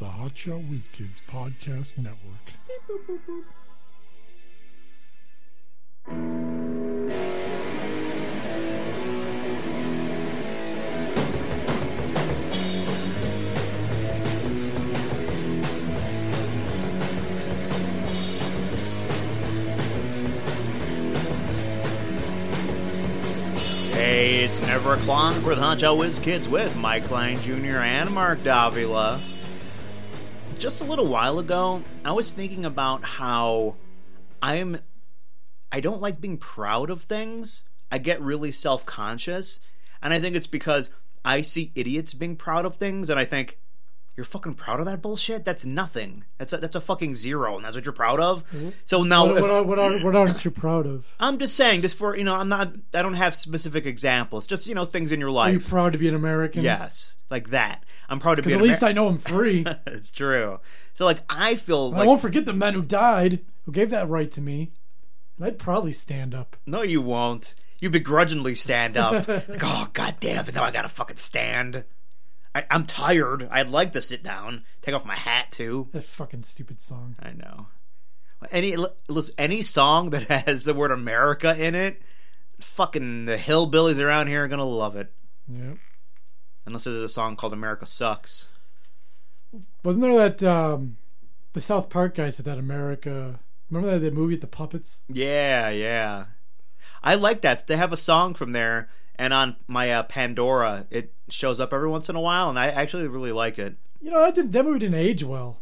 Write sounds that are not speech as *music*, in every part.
Gotcha with Kids Podcast Network. Hey, it's Never O'Clock with Hunch Out Whiz Kids with Mike Klein Jr. and Mark Davila. Just a little while ago, I was thinking about how I'm I don't like being proud of things. I get really self-conscious, and I think it's because I see idiots being proud of things and I think you're fucking proud of that bullshit? That's nothing. That's a, that's a fucking zero, and that's what you're proud of. So now, Mm-hmm. What, if- what, are- what, are, what aren't you proud of? I'm just saying, just for you know, I'm not. I don't have specific examples. Just you know, things in your Are you life. proud to be an American? yes, like that. I'm proud to be. At an least Amer- I know I'm *laughs* free. it's true. So like, I feel I like won't forget the men who died, who gave that right to me. And I'd probably stand up. no, you won't. You begrudgingly stand *laughs* up. like, oh god damn it! Now I gotta fucking stand. I, I'm tired. I'd like to sit down, take off my hat too. That fucking stupid song. I know. Any l- listen, any song that *laughs* has the word America in it, fucking the hillbillies around here are gonna love it. Yeah. Unless there's a song called America Sucks. Wasn't there that um, the South Park guys did that America? Remember that, that movie with the puppets? Yeah, yeah. I like that. They have a song from there, and on my uh, Pandora, it shows up every once in a while, and I actually really like it. You know that didn't, that movie didn't age well.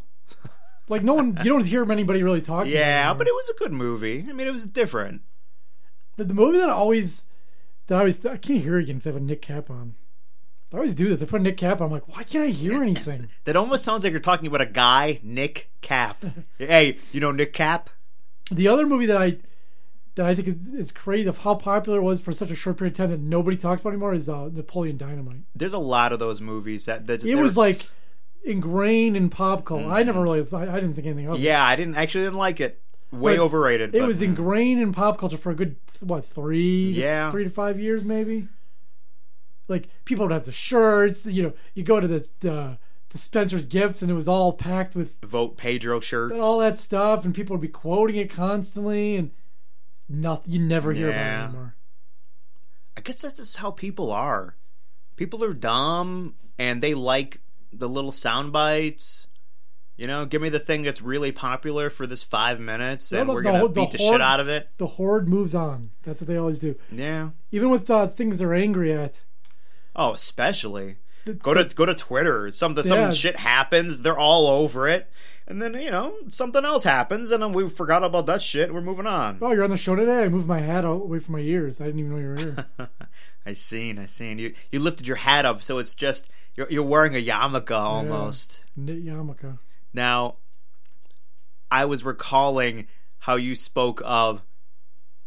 Like no one, you don't hear anybody really talking. Yeah, anymore. but it was a good movie. I mean, it was different. the, the movie that I always that I always I can't hear again because I have a Nick cap on. I always do this. I put a Nick cap on. I'm like, why can't I hear anything? That almost sounds like you're talking about a guy, Nick *laughs* Cap. hey, you know Nick Cap? the other movie that I that I think is, is crazy of how popular it was for such a short period of time that nobody talks about anymore is uh, Napoleon Dynamite. There's a lot of those movies that. that It was like ingrained in pop culture. I never really I, I didn't think anything of it. Yeah, I didn't actually didn't like it. Way But overrated. It but- was ingrained in pop culture for a good th- what three to- Yeah. three to five years maybe. Like people would have the shirts. You know, you go to the, the to Spencer's Gifts and it was all packed with vote Pedro shirts. all that stuff, and people would be quoting it constantly, and nothing. You never hear about Yeah. it anymore. I guess that's just how people are. People are dumb and they like the little sound bites. You know, give me the thing that's really popular for this five minutes and No, no, we're the going whole- to the beat the whole- shit out of it. The horde moves on. That's what they always do. Yeah. Even with uh, things they're angry at. Oh, especially. The- Go to go to Twitter. Something Yeah. some shit happens. They're all over it, and then you know something else happens, and then we forgot about that shit. We're moving on. Oh, you're on the show today. I moved my hat out away from my ears. I didn't even know you were *laughs* here. I seen, I seen you. You lifted your hat up, so it's just you're, you're wearing a yarmulke almost. Knit yarmulke. Now, I was recalling how you spoke of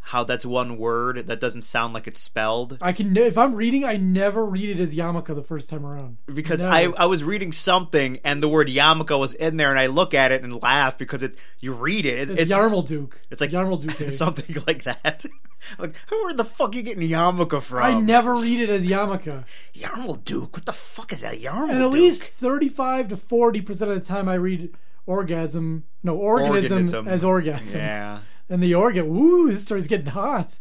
how that's one word that doesn't sound like it's spelled I can. If I'm reading, I never read it as yarmulke the first time around. because No. I, I was reading something and the word yarmulke was in there and I look at it and laugh because it's you read it, it It's, it's, Yarmalduke. it's like- Yarmalduke. *laughs* something like that. *laughs* like where the fuck you getting yarmulke from? I never read it as yarmulke. Yarmalduke. What the fuck is that yarmulke? And at least 35 to 40 percent of the time, I read orgasm. No, organism, Organism. as orgasm. yeah. And the organ. Ooh, this story's getting hot.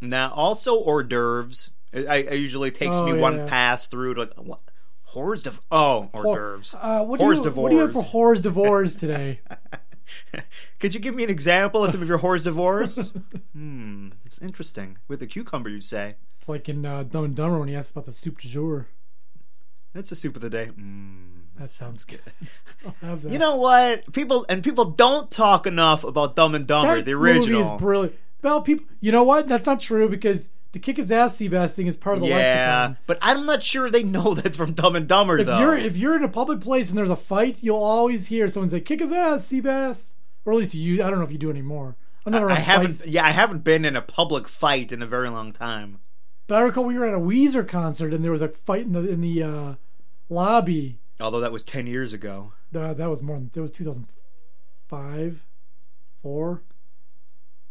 Now, also hors d'oeuvres. It, I, it usually takes Oh, me yeah, one yeah. pass through to like what? Hors d'oeuvres. Oh, hors d'oeuvres. Uh, what, Whore's do you, what do you have for divorce. whore's divorce *laughs* today? Could you give me an example of some of your hors *laughs* d'oeuvres? hmm, it's interesting. With a cucumber, you'd say. It's like in uh, Dumb and Dumber when he asks about the soup du jour. That's the soup of the day. Mm. That sounds *laughs* good. I'll have that. You know what? People and people don't talk enough about Dumb and Dumber, that the movie original. is brilliant. Well, people, you know what? That's not true because the kick his ass sea bass thing is part of the yeah, lexicon. but I'm not sure they know *laughs* that's from Dumb and Dumber If though. you're if you're in a public place and there's a fight, you'll always hear someone say "kick his ass, sea bass," or at least you. I don't know if you do anymore. I'm never. I in haven't. Fights. Yeah, I haven't been in a public fight in a very long time. But I recall we were at a Weezer concert and there was a fight in the in the uh, lobby. Although that was ten years ago. Uh, that was more. than That was 2005, four.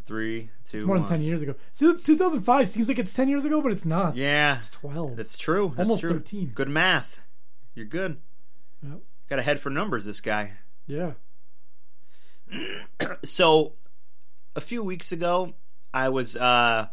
Three, two, more than one. 10 years ago. See, 2005 seems like it's 10 years ago, but it's not. Yeah, It's 12. that's true. That's Almost true. 13. Good math. You're good. Yep. Got a head for numbers, this guy. Yeah. so a few weeks ago i was uh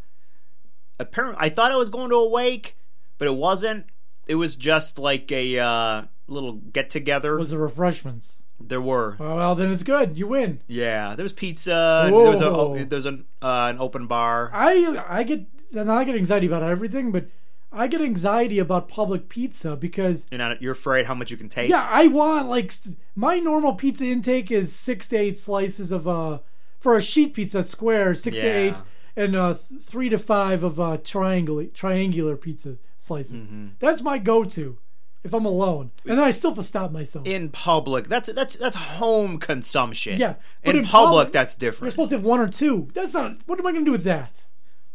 apparently i thought i was going to a wake but it wasn't it was just like a uh little get together Was the refreshments? there were Well, well, then it's good. You win. yeah there was pizza and there was a Whoa. oh, there was an, uh, an open bar I I get and I get anxiety about everything, but I get anxiety about public pizza because you're not you're afraid how much you can take yeah, I want like st- my normal pizza intake is six to eight slices of uh for a sheet pizza square six to Yeah. eight and uh th- three to five of uh triangular triangular pizza slices. Mm-hmm. That's my go-to if I'm alone, and then I still have to stop myself. in public that's that's that's home consumption Yeah, but in, in public, public- that's You're different supposed to have one or two. That's not. What am I going to do with that?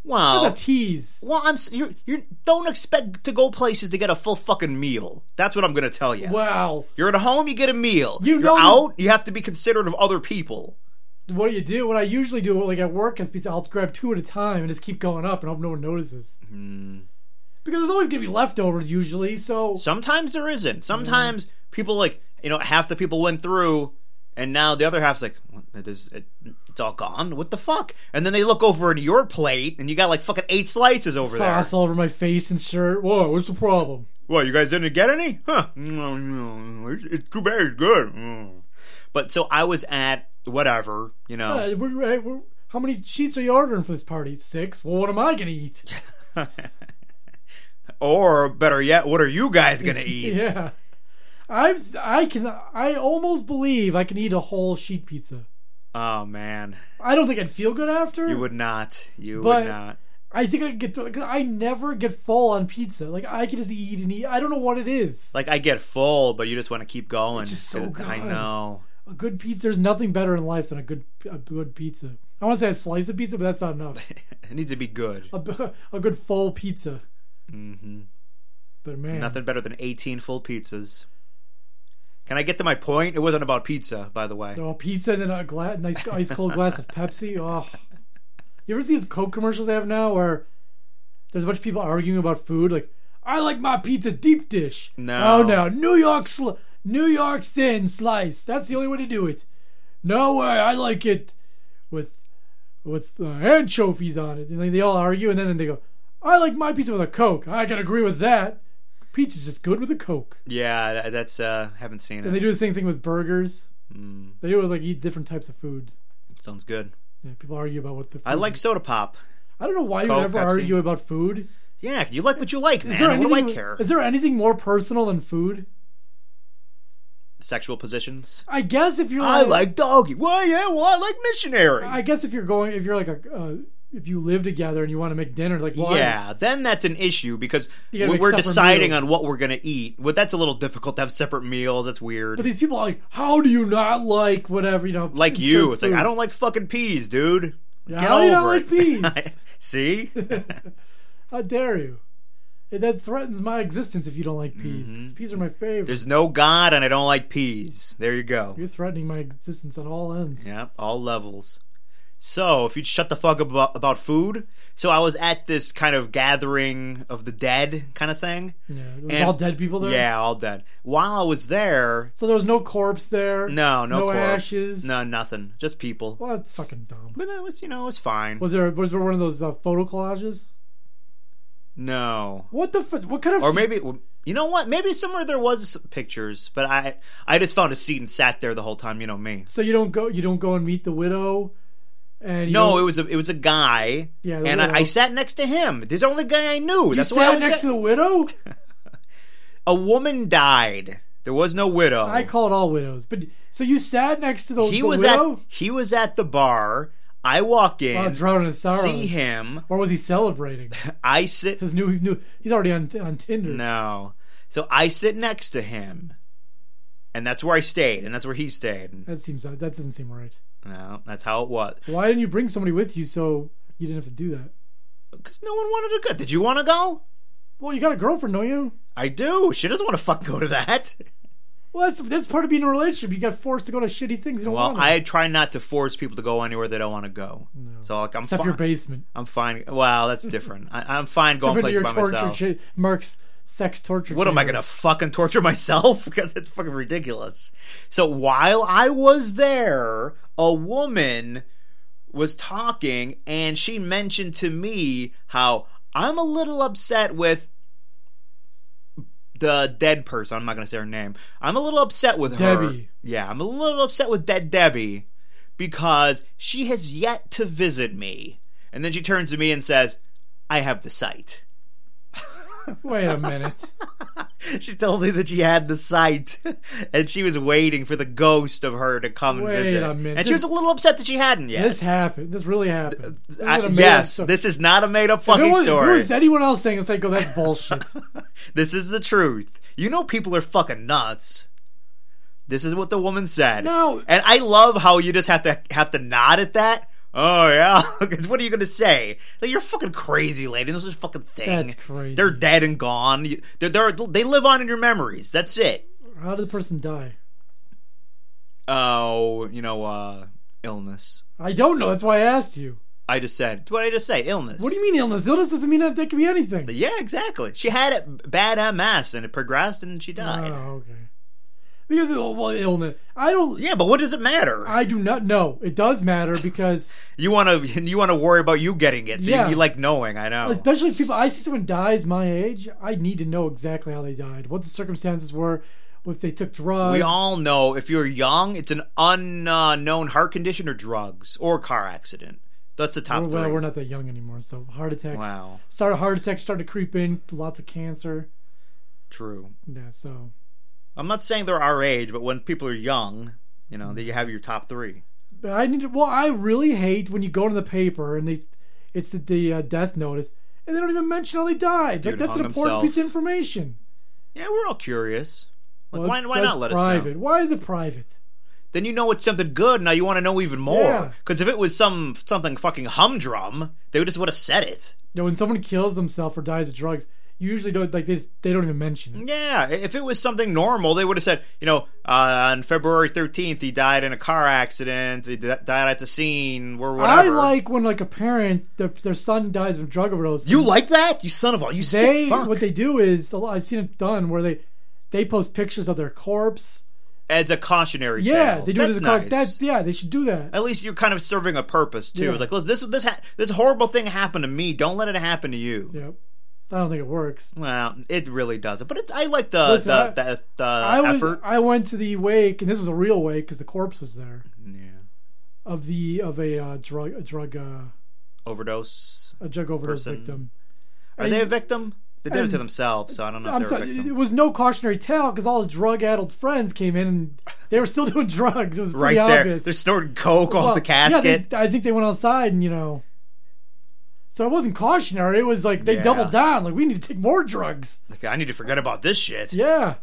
wow That's a tease. well, I'm s- you you don't expect to go places to get a full fucking meal. That's what I'm going to tell you. Wow. You're at home, you get a meal. You are know- out, you have to be considerate of other people. What do you do? What I usually do, like at work, is pizza. I'll grab two at a time and just keep going up and hope no one notices. Mm-hmm. Because there's always gonna be leftovers usually. So Sometimes there isn't. Sometimes people like you know half the people went through, and now the other half's like, "What? It is- it- it's all gone. What the fuck? And then they look over at your plate, and you got like fucking eight slices over sauce there. all over my face and shirt. Whoa, what's the problem? Well, you guys didn't get any? Huh? No, no, It's, it's too bad. It's good. Mm. But so I was at whatever, you know. Uh, we're, we're- we're- how many sheets are you ordering for this party? Six. Well, what am I gonna *laughs* eat? or better yet, what are you guys *laughs* gonna eat? yeah, I I can I almost believe I can eat a whole sheet pizza. Oh man, I don't think I'd feel good after. you would not. You But- would not. I think I could get to, cause I never get full on pizza. Like I can just eat and eat. I don't know what it is. Like I get full, but you just want to keep going. just so I good. know. *laughs* A good pizza. There's nothing better in life than a good a good pizza. I want to say a slice of pizza, but that's not enough. *laughs* It needs to be good. A, *laughs* b- a good full pizza. Mm-hmm. But man, Nothing better than 18 full pizzas. Can I get to my point? It wasn't about pizza, by the way. Oh, pizza and then a gla- nice ice cold glass of *laughs* Pepsi. Oh, you ever see these Coke commercials they have now where there's a bunch of people arguing about food? Like, I like my pizza deep dish. No. oh no, New York sli- New York thin slice. That's the only way to do it. No way, I like it with with uh, anchovies on it. And they- they all argue, and then they go, I like my pizza with a Coke. I can agree with that. Pizza's just good with a Coke. Yeah, that- that's uh haven't seen And they it. do the same thing with burgers. Mm, They do it with, like eat different types of food. sounds good. Yeah, people argue about what the. Food I like soda pop. I don't know why you Coke, would ever Pepsi. argue about food. Yeah, you like what you like, Is man. there What do I anything? care? Is there anything more personal than food? Sexual positions. I guess if you're. I like doggy. Well, yeah. Well, I like missionary. I guess if you're going, if you're like a, uh, if you live together and you want to make dinner, like why? Yeah, then that's an issue because You gotta we- make we're separate deciding meals. on what we're gonna eat. Well, that's a little difficult to have separate meals. That's weird. But these people are like, how do you not like whatever you know? like insert you, it's like food?" I don't like fucking peas, dude. Yeah, Get how do you not over like it. peas? *laughs* *laughs* See, How dare you? And That threatens my existence if you don't like peas. 'cause Peas are my favorite. Mm-hmm. there's no God, and I don't like peas. There you go. you're threatening my existence on all ends. Yeah, all levels. So if you'd shut the fuck up about, about food. So I was at this kind of gathering of the dead kind of thing. Yeah, it was And- all dead people there. Yeah, all dead. While I was there, So there was no corpse there. no, no, corpse. ashes. no nothing, just people. Well, that's fucking dumb. But it was, you know, it was fine. Was there was there one of those uh, photo collages? no, What the fu- what kind of or maybe you know what? Maybe somewhere there was some pictures, but I I just found a seat and sat there the whole time. You know me. so you don't go you don't go and meet the widow and you No, don't- it was a it was a guy, Yeah, the and I, widow. I sat next to him. There's the only guy I knew. you That's why I sat was next at- to the widow. a woman died. There was no widow. I call it all widows, but so you sat next to the, he the was at widow. he was at the bar. I walk in, oh, drowning in sorrow. see him. or was he *laughs* celebrating I sit his new new? He's already on on Tinder. no, so I sit next to him, and that's where I stayed, and that's where he stayed. That seems that doesn't seem right. No, that's how it was. Why didn't you bring somebody with you so you didn't have to do that? Because no one wanted to go. Did you want to go? Well, you got a girlfriend, don't you? I do. She doesn't want to fucking go to that. Well, that's that's part of being in a relationship. You got forced to go to shitty things you don't Well, want. to. I try not to force people to go anywhere they don't want to go. So like, I'm except fine. your basement. I'm fine. Well, that's different. I, I'm fine going Except places your by torture myself. shit. Mark's sex torture. What am I chamber. gonna fucking torture *laughs* myself? Because it's fucking ridiculous. So while I was there, a woman was talking and she mentioned to me how I'm a little upset with the dead person. I'm not gonna say her name. I'm a little upset with her. Debbie. Yeah, I'm a little upset with dead Debbie because she has yet to visit me. And then she turns to me and says, "I have the site." Wait *laughs* a minute. She told me that she had the sight, *laughs* and she was waiting for the ghost of her to come Wait and visit. a minute. And she was a little upset that she hadn't yet. This happened. This really happened. This Uh, I- isn't a made-up yes, story. this is not a made-up If it fucking was, if it story. was anyone else saying it's like, oh, *laughs* that's bullshit. This is the truth. You know, people are fucking nuts. This is what the woman said. No. and I love how you just have to have to nod at that. Oh yeah, *laughs* 'Cause what are you gonna say? Like you're fucking crazy, lady. This is a fucking thing. That's crazy. They're dead and gone. You- They're, they're, they live on in your memories. That's it. How did the person die? Oh, you know, uh, illness. I don't know. That's why I asked you. I just said, what did I just say? Illness. What do you mean illness? Illness doesn't mean that that could be anything. Yeah, exactly. She had it bad MS and it progressed and she died. Oh, okay. Because well, well, illness. I don't. yeah, but what does it matter? I do not know. It does matter *laughs* because you want to you want to worry about you getting it. So Yeah. you, you like knowing. I know. especially if people. I see someone dies my age. I need to know exactly how they died, what the circumstances were, if they took drugs. We all know if you're young, it's an unknown heart condition or drugs or car accident. That's the top Well, 3 we're not that young anymore, so heart attacks. wow, Started heart attacks started to creep in. Lots of cancer. true. Yeah. So I'm not saying they're our age, but when people are young, you know, that you have your top three. But I need to, well, I really hate when you go to the paper and they, it's the, the uh, death notice, and they don't even mention how they died. Dude like that's an hung important himself. piece of information. Yeah, we're all curious. Like, Well, why, it's- why that's not let us know? private. Why is it private? then you know it's something good. Now you want to know even Yeah. more. Because if it was some something fucking humdrum, they just would have said it. You know, when someone kills themselves or dies of drugs, you usually don't like they just, they don't even mention it. Yeah, i- if it was something normal, they would have said, you know, uh, on February thirteenth, he died in a car accident. He d- died at the scene, or whatever. I like when like a parent their, their son dies of drug overdose. you like that, you son of a you they sick fuck. what they do is a lot, I've seen it done where they they post pictures of their corpse. as a cautionary Yeah, tale. they do That's it as a nice. nice. That's yeah, they should do that. at least you're kind of serving a purpose too. Yeah. Like, look, this this ha- this horrible thing happened to me. Don't let it happen to you. Yep. I don't think it works. Well, it really doesn't. But it's, I like the Listen, the, I- the, the I was, effort. I went to the wake, and this was a real wake because the corpse was there yeah. of the of a uh, drug a drug uh, overdose. a drug overdose Person. victim. Are And- they a victim? They did it to and- themselves, so I don't know if I'm they're a sorry, it victim. was no cautionary tale because all his drug-addled friends came in and they were still *laughs* doing drugs. It was right pretty there, obvious. they're snorting coke off Well, the casket. Yeah, they, I think they went outside and you know. So it wasn't cautionary. It was like they Yeah. doubled down. Like we need to take more drugs. Like, I need to forget about this shit. Yeah.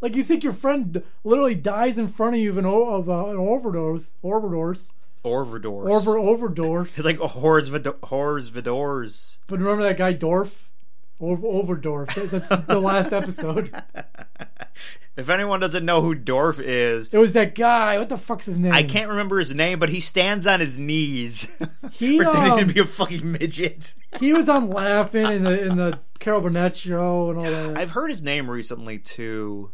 Like you think your friend d- literally dies in front of you of an, o- of uh, an overdose, overdose, Overdose. over overdose. it's *laughs* like horrors, vido- horrors, vidors. *laughs* But remember that guy Dorf? Over Overdorf. That- That's the last *laughs* episode. If anyone doesn't know who Dorf is, It was that guy. What the fuck's his name? I can't remember his name, but he stands on his knees, *laughs* He, *laughs* pretending to um, be a fucking midget. He was on Laughing in the in the Carol Burnett show and all that. I've heard his name recently too.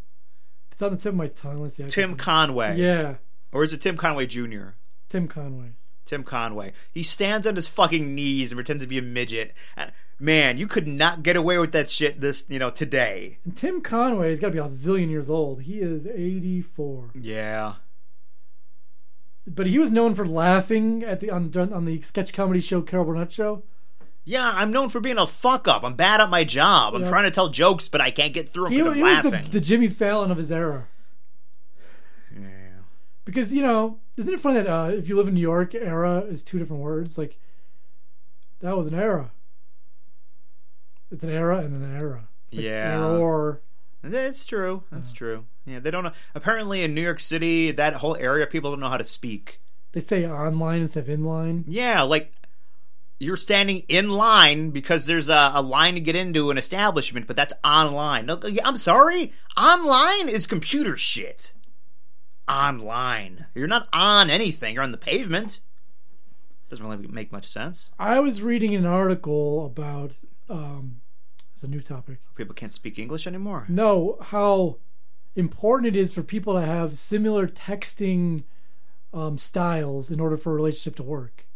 It's on the tip of my tongue. Let's see. I Tim can- Conway, Yeah, or is it Tim Conway Jr.? Tim Conway. Tim Conway. He stands on his fucking knees and pretends to be a midget. And, man, you could not get away with that shit this, you know, today. And Tim Conway has got to be a zillion years old. He is 84. Yeah. But he was known for laughing at the on, on the sketch comedy show Carol Burnett show. Yeah, I'm known for being a fuck up. I'm bad at my job. I'm Yeah. trying to tell jokes, but I can't get through He, he them because was I'm laughing. the, the Jimmy Fallon of his era. yeah. because you know isn't it funny that uh, if you live in new york era is two different words like that was an era it's an era and an era Like, Yeah. era or That's true. That's true. Yeah, they don't know. Apparently, in New York City, that whole area, people don't know how to speak. they say online instead of inline Yeah, like you're standing in line because there's a, a line to get into an establishment, but that's online. No, yeah, I'm sorry, online is computer shit. Online, you're not on anything. You're on the pavement. Doesn't really make much sense. i was reading an article about um, it's a new topic. People can't speak English anymore. No, how important it is for people to have similar texting um, styles in order for a relationship to work.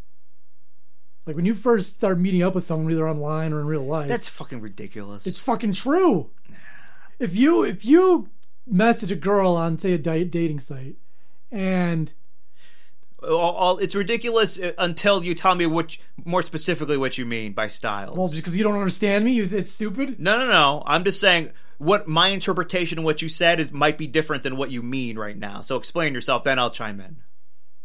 Like when you first start meeting up with someone, either online or in real life, That's fucking ridiculous. it's fucking true. If you if you message a girl on say a di- dating site, and all, all- it's ridiculous uh, until you tell me which more specifically what you mean by styles. well, because you don't understand me, you, it's stupid. no, no, no. I'm just saying what my interpretation of what you said is might be different than what you mean right now. So explain yourself, then I'll chime in.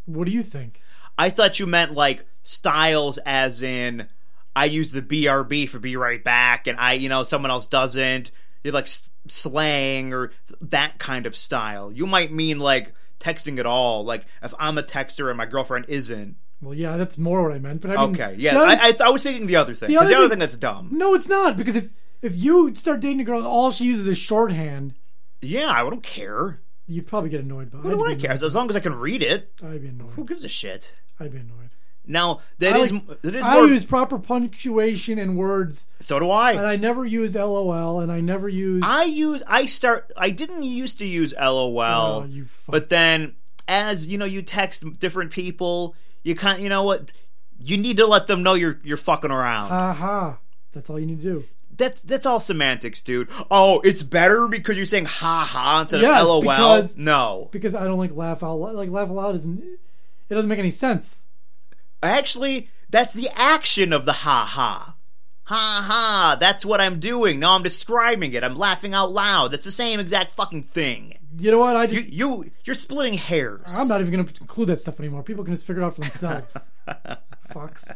What do you think? I thought you meant like styles as in I use the BRB for be right back and I, you know, someone else doesn't. You're like s- slang or th- that kind of style. You might mean like texting at all. Like if I'm a texter and my girlfriend isn't. Well, yeah, that's more what I meant. But I mean, Okay. Yeah. the other- I, I, I was thinking the other thing. Mm. The 'cause the other other thing- thing that's dumb. no, it's not because if if you start dating a girl and all she uses is shorthand, Yeah. I don't care. you'd probably get annoyed. But What do I care? As as long as I can read it, I'd be annoyed. who gives a shit? I'd be annoyed. Now that I is like- that is I more. use proper punctuation and words, so do I. and I never use LOL, and I never use. I use I start I didn't used to use LOL, Oh, you fuck. but then as you know you text different people, you can't you know what you need to let them know you're you're fucking around. Uh, Aha! That's all you need to do. that's that's all semantics, dude. Oh, it's better because you're saying ha ha instead Yes, of LOL. because- no. Because I don't like laugh out loud. Like laugh out loud isn't. It doesn't make any sense. Actually, that's the action of the ha ha. Ha ha, that's what I'm doing. Now I'm describing it. I'm laughing out loud. That's the same exact fucking thing. You know what? I You just. you you're splitting hairs. I'm not even going to include that stuff anymore. People can just figure it out for *laughs* themselves. Fucks.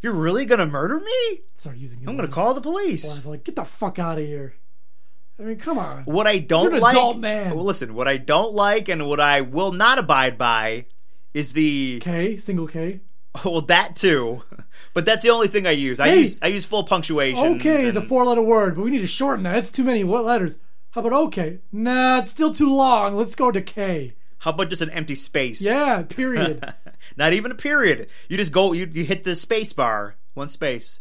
You're really gonna murder me? Start using it. I'm gonna call the police. Like, get the fuck out of here. I mean, come on. What I don't You're an like, adult man. Well, listen, what I don't like and what I will not abide by is the K, single K. well that too, *laughs* but that's the only thing I use. I Hey. use I use full punctuation. Okay is a and- four letter word, but we need to shorten that. That's too many what letters. How about okay? Nah, it's still too long. Let's go to K. How about just an empty space? Yeah, period. *laughs* Not even a period. You just go. You you hit the space bar. One space.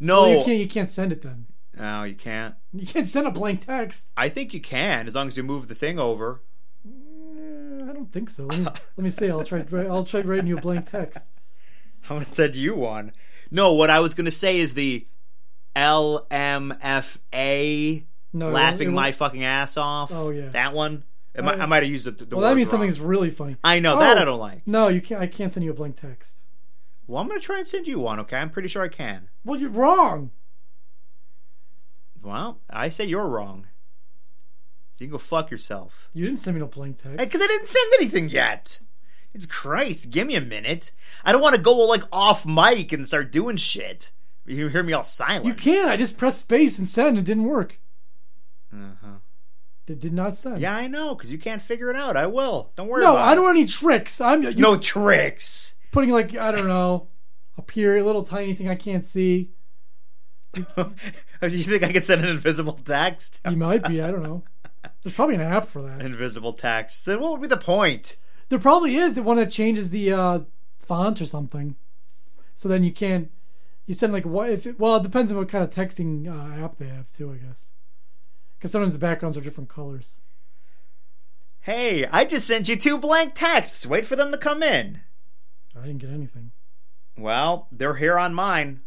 No. well, Oh. you can't you can't send it then. No, you can't. You can't send a blank text. I think you can as long as you move the thing over. Uh, I don't think so. Let me, let me see. I'll try. I'll try writing you a blank text. *laughs* I'm gonna send you one. No, what I was gonna say is the LMFA. No, laughing Oh, it won't- my fucking ass off. Oh, yeah. Oh, that one. I, might- yeah. I might have used the, the Well, that words means wrong. something's really funny. I know that Oh. I don't like. No, you can't. I can't send you a blank text. Well, I'm gonna try and send you one. Okay, I'm pretty sure I can. Well, you're wrong. Well, I say you're wrong. So you can go fuck yourself. You didn't send me no blank text. Because I didn't send anything yet. It's Christ. Give me a minute. I don't want to go like off mic and start doing shit. You hear me all silent. You can't. I just pressed space and send. It didn't work. Uh-huh. It did not send. Yeah, I know. Because you can't figure it out. I will. Don't worry. No, about I it. don't want any tricks. I'm you No tricks. *laughs* putting like I don't know a period, a little tiny thing I can't see. you think I could send an invisible *laughs* text? You might be. I don't know. There's probably an app for that. invisible text, then what would be the point? There probably is the one that changes the uh, font or something. So then you can't. You send like what if? It, well, it depends on what kind of texting uh, app they have too, I guess. Because sometimes the backgrounds are different colors. Hey, I just sent you two blank texts. Wait for them to come in. I didn't get anything. Well, they're here on mine.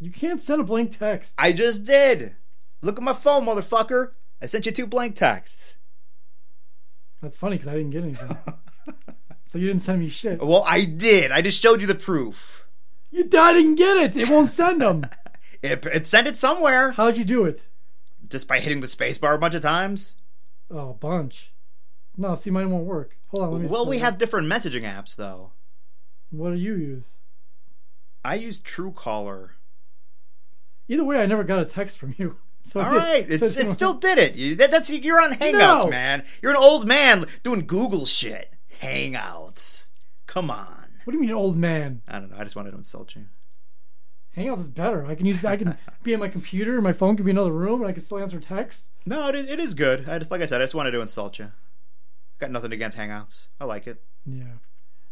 You can't send a blank text. I just did. Look at my phone, motherfucker. I sent you two blank texts. *laughs* That's funny because I didn't get anything. so you didn't send me shit. Well, I did. I just showed you the proof. You I didn't get it. It won't send them. It, it sent it somewhere How'd you do it? just by hitting the spacebar a bunch of times. Oh, a bunch. No, see, mine won't work. Hold on. Let me, Well, we hold on. have different messaging apps though. What do you use? I use Truecaller. Either way, I never got a text from you. *laughs* So it All did- right, so it's, didn't it work. still did it. You- that- that's you're on Hangouts, No. man. You're an old man doing Google shit. Hangouts. Come on. *laughs* What do you mean, old man? I don't know. I just wanted to insult you. Hangouts is better. I can use. I can be in my computer. and My phone can be in another room, and I can still answer texts. No, it is, it is good. I just like I said, I just wanted to insult you. Got nothing against Hangouts. I like it. Yeah.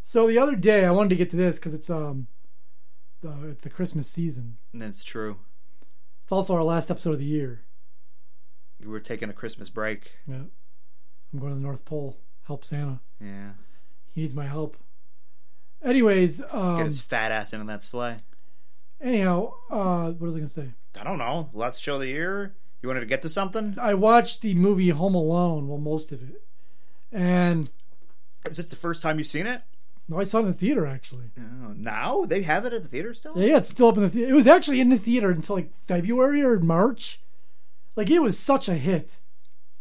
So the other day, I wanted to get to this because it's um, uh, it's the Christmas season. That's true. It's also our last episode of the year. We were taking a Christmas break. Yeah. I'm going to the North Pole. Help Santa. Yeah. He needs my help. Anyways, Get um, his fat ass into that sleigh. anyhow, uh, what was I gonna say? I don't know. Last show of the year. You wanted to get to something? I watched the movie Home Alone, well, most of it, and Is this the first time you've seen it? no, I saw it in the theater actually. No. Now they have it at the theater still. Yeah, yeah, it's still up in the. The- it was actually in the theater until like February or March. Like it was such a hit.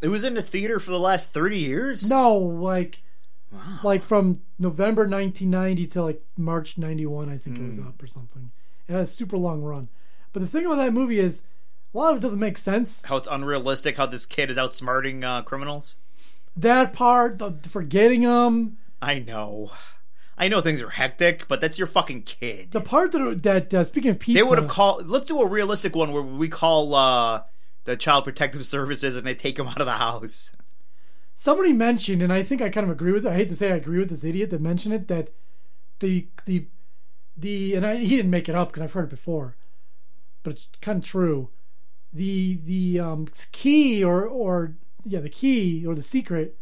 It was in the theater for the last thirty years. No, like Wow. like from November 1990 to like March 91, I think it Hmm. was up or something. It had a super long run. But the thing about that movie is, a lot of it doesn't make sense. How it's unrealistic. How this kid is outsmarting uh, criminals. That part, the the forgetting them, I know. I know things are hectic, but that's your fucking kid. the part that that uh, speaking of pizza, they would have called. Let's do a realistic one where we call uh, the child protective services and they take him out of the house. somebody mentioned, and I think I kind of agree with. I hate to say I agree with this idiot that mentioned it that the the the and I, he didn't make it up because I've heard it before, but it's kind of true. The the um, key or or yeah the key or the secret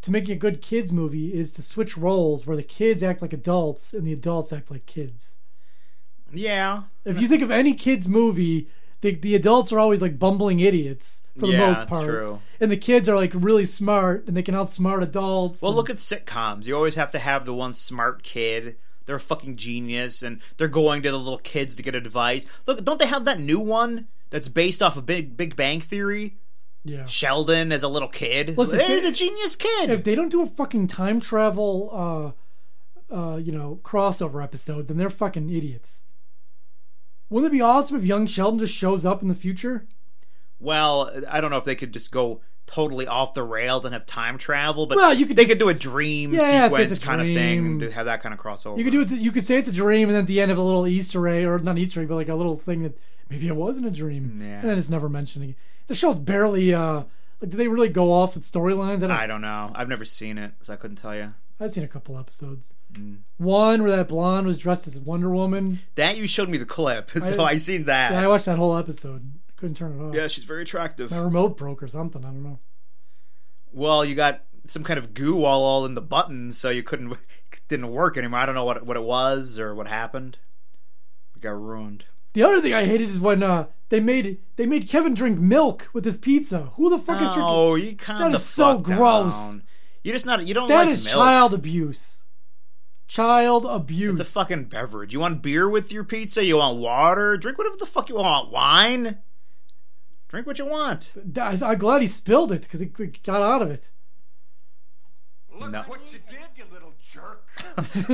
to making a good kids movie is to switch roles where the kids act like adults and the adults act like kids. Yeah, If you think of any kids movie, the the adults are always like bumbling idiots for the yeah, most that's part. true. and the kids are like really smart and they can outsmart adults. Well, and- look at sitcoms. You always have to have the one smart kid. They're a fucking genius, and they're going to the little kids to get advice. Look, don't they have that new one that's based off of Big Big Bang Theory? yeah. Sheldon as a little kid. Listen, if There's they- a genius kid. If they don't do a fucking time travel, uh, uh, you know, crossover episode, then they're fucking idiots. Wouldn't it be awesome if young Sheldon just shows up in the future? well, I don't know if they could just go totally off the rails and have time travel, but Well, you could they just- could do a dream Yeah, say it's sequence a kind of thing and dream. do- have that kind of crossover. You could do it. You could say it's a dream, and then at the end of a little Easter egg, or not Easter egg, but like a little thing that maybe it wasn't a dream, Yeah. and then it's never mentioned again. The show's barely. Uh, like, do they really go off with storylines? I don't. I don't know. I've never seen it, so I couldn't tell you. I've seen a couple episodes. Mm. One where that blonde was dressed as Wonder Woman. That you showed me the clip, *laughs* so I, seen that. Yeah, I watched that whole episode. Couldn't turn it off. yeah, she's very attractive. My remote broke or something. I don't know. Well, you got some kind of goo all, all in the buttons, so you couldn't *laughs* didn't work anymore. I don't know what what it was or what happened. It got ruined. The other thing I hated is when uh, they made they made Kevin drink milk with his pizza. Who the fuck is drinking? Oh, you kind That of is so gross. You just not you don't That like is milk. child abuse. Child abuse. It's a fucking beverage. You want beer with your pizza? You want water? Drink whatever the fuck you want. Wine? Drink what *laughs* you want. I, I'm glad he spilled it because it, it got out of it. Look No. what you did, you little jerk.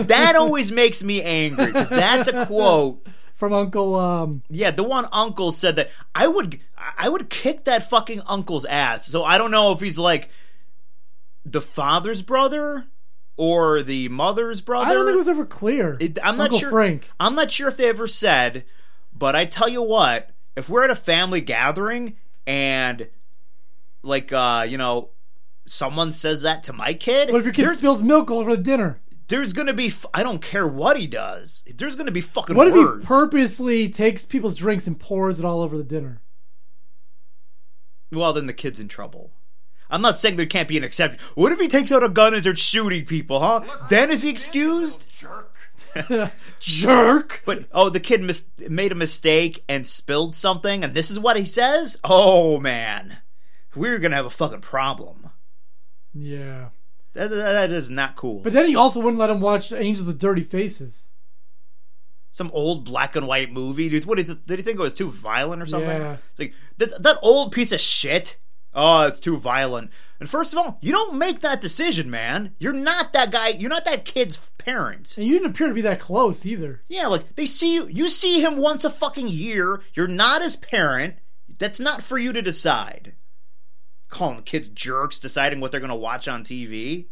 That always makes me angry because that's a quote From Uncle um, Yeah, the one uncle said that I would I would kick that fucking uncle's ass. So I don't know if he's like the father's brother or the mother's brother. I don't think it was ever clear. It- I'm not Uncle sure. Frank. I'm not sure if they ever said, but I tell you what, if we're at a family gathering and like uh, you know, someone says that to my kid, What if your kid there's, spills milk all over the dinner? there's gonna be f- I don't care what he does. There's gonna be fucking What if words. he purposely takes people's drinks and pours it all over the dinner? well, then the kid's in trouble. I'm not saying there can't be an exception. What if he takes out a gun and starts shooting people, huh? Then is he excused? Jerk. Jerk. But oh, the kid mis- made a mistake and spilled something, and this is what he says. Oh man, we're gonna have a fucking problem. Yeah. That, that- that is not cool. But then he also wouldn't let him watch Angels with Dirty Faces. Some old black and white movie. Dude, what do you th- did he think it was too violent or something? Yeah. It's like that, that old piece of shit. Oh, it's too violent. And first of all, you don't make that decision, man. You're not that guy. You're not that kid's parent. And you didn't appear to be that close either. Yeah, like they see you. You see him once a fucking year. You're not his parent. That's not for you to decide. Calling kids jerks, deciding what they're gonna watch on TV.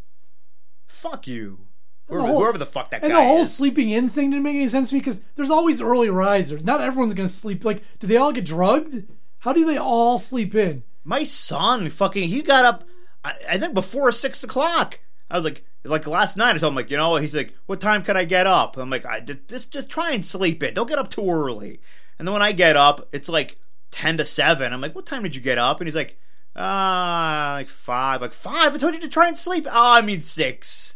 Fuck you. Whoever, the whole- whoever the fuck that And guy the whole is. sleeping in thing didn't make any sense to me because there's always early risers. Not everyone's gonna sleep. Like, do they all get drugged? How do they all sleep in? My son, fucking, he got up. I, I think before six o'clock. I was like, Like last night, I told him like, you know, he's like, what time can I get up? I'm like, I just just, just try and sleep it. Don't get up too early. And then when I get up, it's like ten to seven. I'm like, what time did you get up? And he's like, ah, like five. Like five. I told you to try and sleep. Oh, I mean six.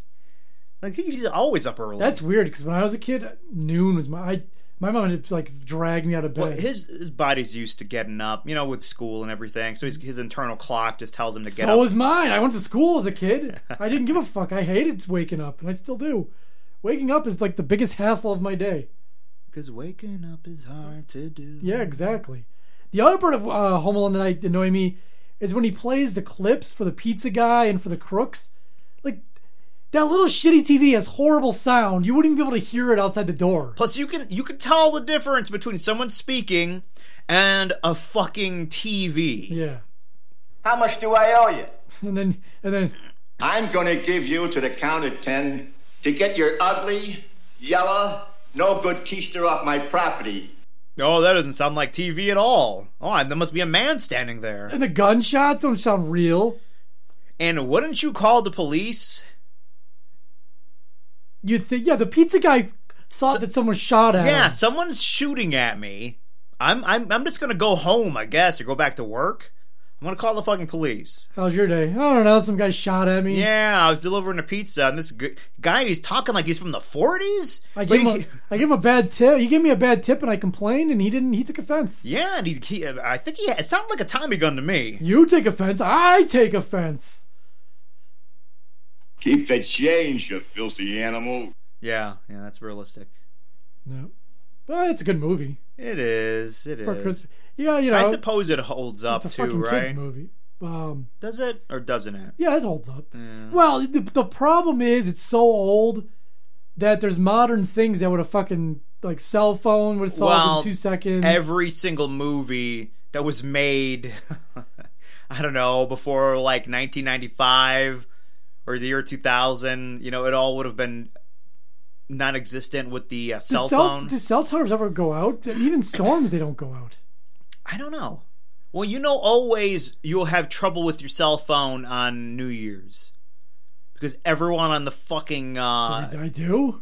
Like he's always up early. That's weird because when I was a kid, noon was my I, my mom would like drag me out of Well, bed. his his body's used to getting up, you know, with school and everything. So his his internal clock just tells him to get so up. was mine. I went to school as a *laughs* kid. I didn't give a fuck. I hated waking up, and I still do. Waking up is like the biggest hassle of my day. Because waking up is hard to do. Yeah, exactly. The other part of uh, Home Alone that I annoy me is when he plays the clips for the pizza guy and for the crooks. Like that little shitty TV has horrible sound. You wouldn't even be able to hear it outside the door. Plus, you can you can tell the difference between someone speaking and a fucking TV. Yeah, How much do I owe you? and then and then I'm going to give you to the count of ten to get your ugly, yellow, no good keister off my property. Oh, that doesn't sound like TV at all. Oh, there must be a man standing there. and the gunshots don't sound real. And wouldn't you call the police? You think? Yeah, the pizza guy thought that someone shot at Yeah, him. someone's shooting at me. I'm I'm I'm just gonna go home, I guess, or go back to work. I'm gonna call the fucking police. How's your day? I don't know. Some guy shot at me. Yeah, I was delivering a pizza, and this gu- guy he's talking like he's from the 40s. I But gave, him a, he- I gave him a bad tip. He gave me a bad tip, and I complained, and he didn't. He took offense. *laughs* yeah, and he, he, I think he. It sounded like a Tommy gun to me. You take offense. I take offense. Keep the change, you filthy animal. Yeah, yeah, that's realistic. No, but it's a good movie It is. It is. for Christmas. Yeah, you know, I suppose it holds up it's a too, fucking right? kids movie. Um, Does it or doesn't it? yeah, it holds up. Yeah. Well, the, the problem is it's so old that there's modern things that would a fucking like cell phone would solve Well, in two seconds. Every single movie that was made, *laughs* I don't know, before like 1995 or the year 2000, you know, it all would have been non-existent with the uh, do cell cell- phone. Do cell towers ever go out? Even storms, they don't go out. I don't know. Well, you know, always you'll have trouble with your cell phone on New Year's because everyone on the fucking I, uh, I do.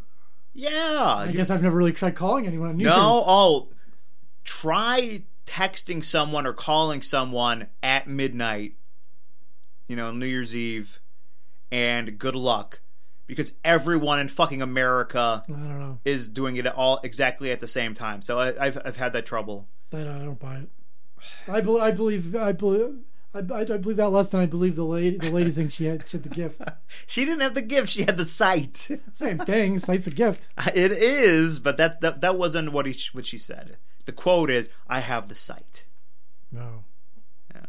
yeah. I you- guess I've never really tried calling anyone on New no, Year's. oh, try texting someone or calling someone at midnight. You know, New Year's Eve, and good luck because everyone in fucking America I don't know. is doing it all exactly at the same time. So I, I've I've had that trouble. I don't, uh, I don't buy it. I, bel I believe. I believe. I, I, I believe that less than I believe the lady. The lady thing she had, she had the gift. She didn't have the gift; she had the sight. *laughs* Same thing. Sight's a gift. It is, but that that, that wasn't what he what she said. The quote is, "I have the sight." No. Yeah.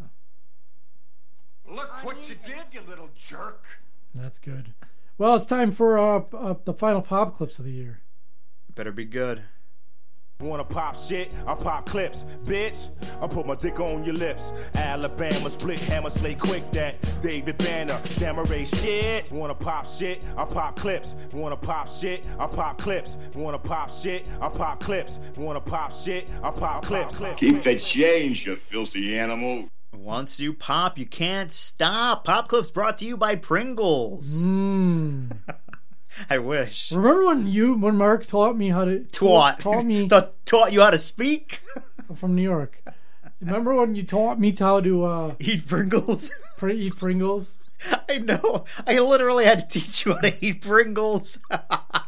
Look what you did, you little jerk. That's good. Well, it's time for uh, p- uh, the final pop clips of the year. Better be good. Wanna pop shit? I pop clips, bitch. I put my dick on your lips. Alabama split hammer slay quick that David Banner, damn ray shit. Wanna pop shit? I pop clips. Wanna pop shit? I pop clips. Wanna pop shit? I pop clips. Wanna pop shit? I pop clips. Keep the change, you filthy animal. Once you pop, you can't stop. Pop clips brought to you by Pringles. Mm. I wish. Remember when you, when Mark taught me how to Taught taught *laughs* me Ta- taught you how to speak. *laughs* from New York. Remember when you taught me how to uh, Eat Pringles. *laughs* pr- eat Pringles? I know. I literally had to teach you how to eat Pringles.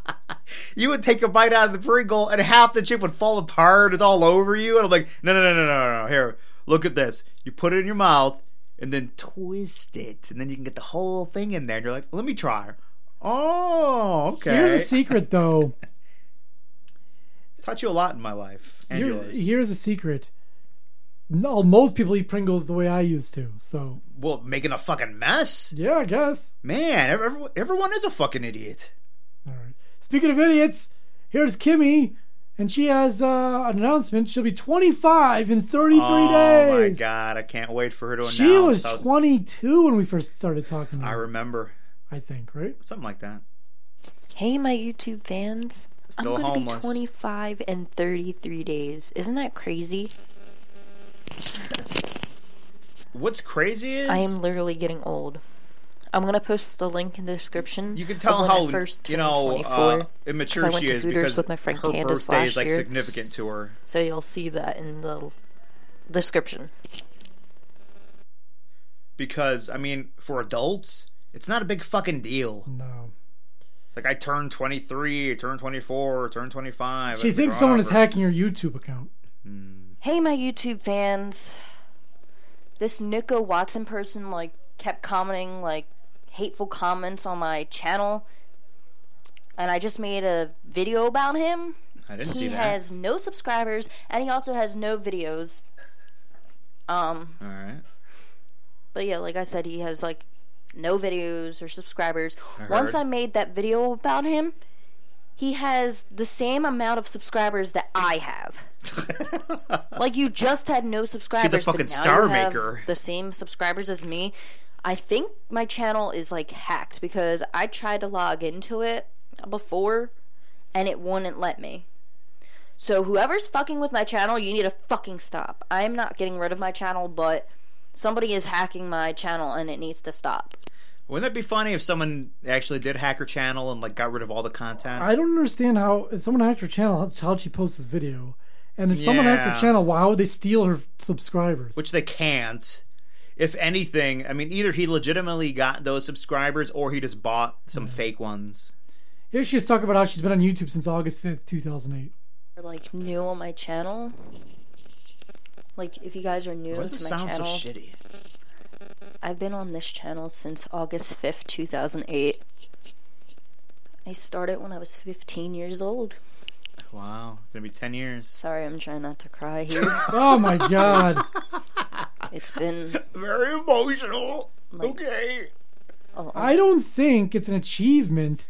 *laughs* you would take a bite out of the Pringle, and half the chip would fall apart. It's all over you. And I'm like, no, no, no, no, no, no, no. Here, look at this. You put it in your mouth, and then twist it, and then you can get the whole thing in there. And you're like, let me try. Oh, okay. Here's a secret, though. Taught you a lot in my life and Here- yours. here's a secret. No, most people eat Pringles the way I used to. So well, making a fucking mess, yeah, I guess. man. Every, everyone is a fucking idiot. All right. Speaking of idiots, here's Kimmy, and she has uh, an announcement. She'll be 25 in 33 Oh my days. god, I can't wait for her to announce. She was how- 22 when we first started talking. to I her, remember I think, right? something like that. Hey, my YouTube fans. Still I'm gonna homeless. be 25 and 33 days. Isn't that crazy? What's crazy is I am literally getting old. I'm gonna post the link in the description. You can of tell when I how first you turned know 24, uh, 'cause I immature went she to is Hooters because with my friend her Candace birthday is last like year. significant to her. So you'll see that in the description. Because I mean, for adults, it's not a big fucking deal. No. It's like I turned 23, turn 24, turn 25. She I've thinks grown someone is over. hacking your YouTube account. Hey, my YouTube fans. This Nico Watson person, like, kept commenting, like, hateful comments on my channel. And I just made a video about him. I didn't see He that. has no subscribers, and he also has no videos. Um, All right. but yeah, like I said, he has, like, no videos or subscribers. Once heard. I made that video about him, he has the same amount of subscribers that I have. *laughs* Like you just had no subscribers. but fucking now star you have maker. The same subscribers as me. I think my channel is like hacked because I tried to log into it before, and it wouldn't let me. So whoever's fucking with my channel, you need to fucking stop. I am not getting rid of my channel, but somebody is hacking my channel and it needs to stop. Wouldn't that be funny if someone actually did hack her channel and like got rid of all the content? I don't understand how if someone hacked her channel, how- how'd she post this video? And if someone hacked Yeah. her channel, why would they steal her subscribers? which they can't. If anything, I mean, either he legitimately got those subscribers or he just bought some Mm. fake ones. Here she's talking about how she's been on YouTube since August 5th, 2008. Or like new on my channel. Like if you guys are new Why does to it my sound so channel, shitty? I've been on this channel since August 5th, 2008. I started when I was 15 years old. Wow, it's gonna be ten years. Sorry, I'm trying not to cry here. Oh my *laughs* god. it's been Very emotional. Okay. a long I don't think it's an achievement.